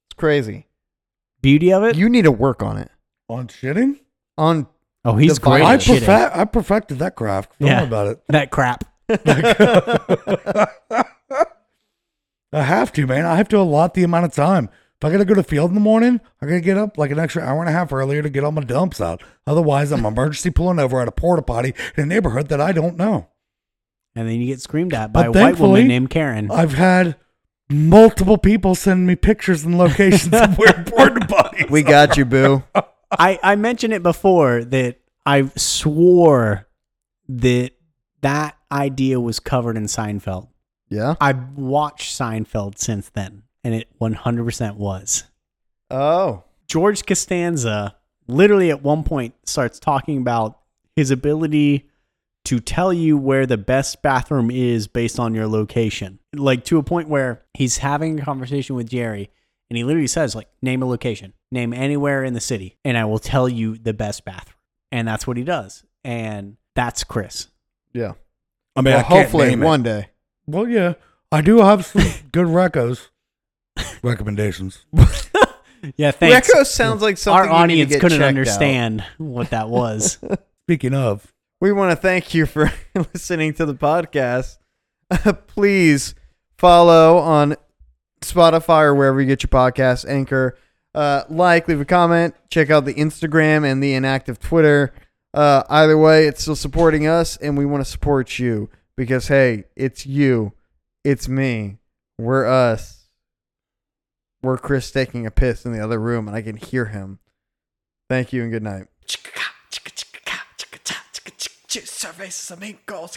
Speaker 3: it's crazy.
Speaker 1: Beauty of it.
Speaker 3: You need to work on it.
Speaker 2: On shitting?
Speaker 3: On
Speaker 1: oh, he's
Speaker 3: The
Speaker 1: great.
Speaker 2: I,
Speaker 1: At shitting.
Speaker 2: perfect, I perfected that craft. Don't
Speaker 1: Yeah.
Speaker 2: worry about it.
Speaker 1: that crap.
Speaker 2: I have to, man. I have to allot the amount of time. If I gotta go to field in the morning, I gotta get up like an extra hour and a half earlier to get all my dumps out. Otherwise, I'm emergency pulling over at a porta potty in a neighborhood that I don't know.
Speaker 1: And then you get screamed at by
Speaker 2: But
Speaker 1: a white
Speaker 2: thankfully, uh,
Speaker 1: woman named Karen.
Speaker 2: I've had multiple people send me pictures and locations of where porta potties.
Speaker 3: we
Speaker 2: are.
Speaker 3: got you, boo.
Speaker 1: I, I mentioned it before that I swore that that idea was covered in Seinfeld.
Speaker 3: yeah.
Speaker 1: I've watched Seinfeld since then, and it 100% was.
Speaker 3: Oh.
Speaker 1: George Costanza literally at one point starts talking about his ability to tell you where the best bathroom is based on your location. Like to a point where he's having a conversation with Jerry and he literally says like name a location, name anywhere in the city and I will tell you the best bathroom. and that's what he does. And that's Chris.
Speaker 3: Yeah.
Speaker 2: I mean,
Speaker 3: well,
Speaker 2: I can't
Speaker 3: hopefully
Speaker 2: name it.
Speaker 3: one day.
Speaker 2: Well, yeah, I do have some good recos recommendations.
Speaker 1: Yeah, thanks.
Speaker 3: Recco sounds like
Speaker 1: Our
Speaker 3: something you need to
Speaker 1: audience
Speaker 3: get
Speaker 1: couldn't
Speaker 3: checked out.
Speaker 1: understand what that was.
Speaker 2: Speaking of,
Speaker 3: We want to thank you for listening to the podcast. Please follow on Spotify or wherever you get your podcasts, Anchor. Uh, like, leave a comment, check out the Instagram and the inactive Twitter. Uh, either way, it's still supporting us, and we want to support you because, hey, it's you, it's me, we're us. We're Chris taking a piss in the other room, and I can hear him. Thank you and good night.
Speaker 5: Surveys some ink goals.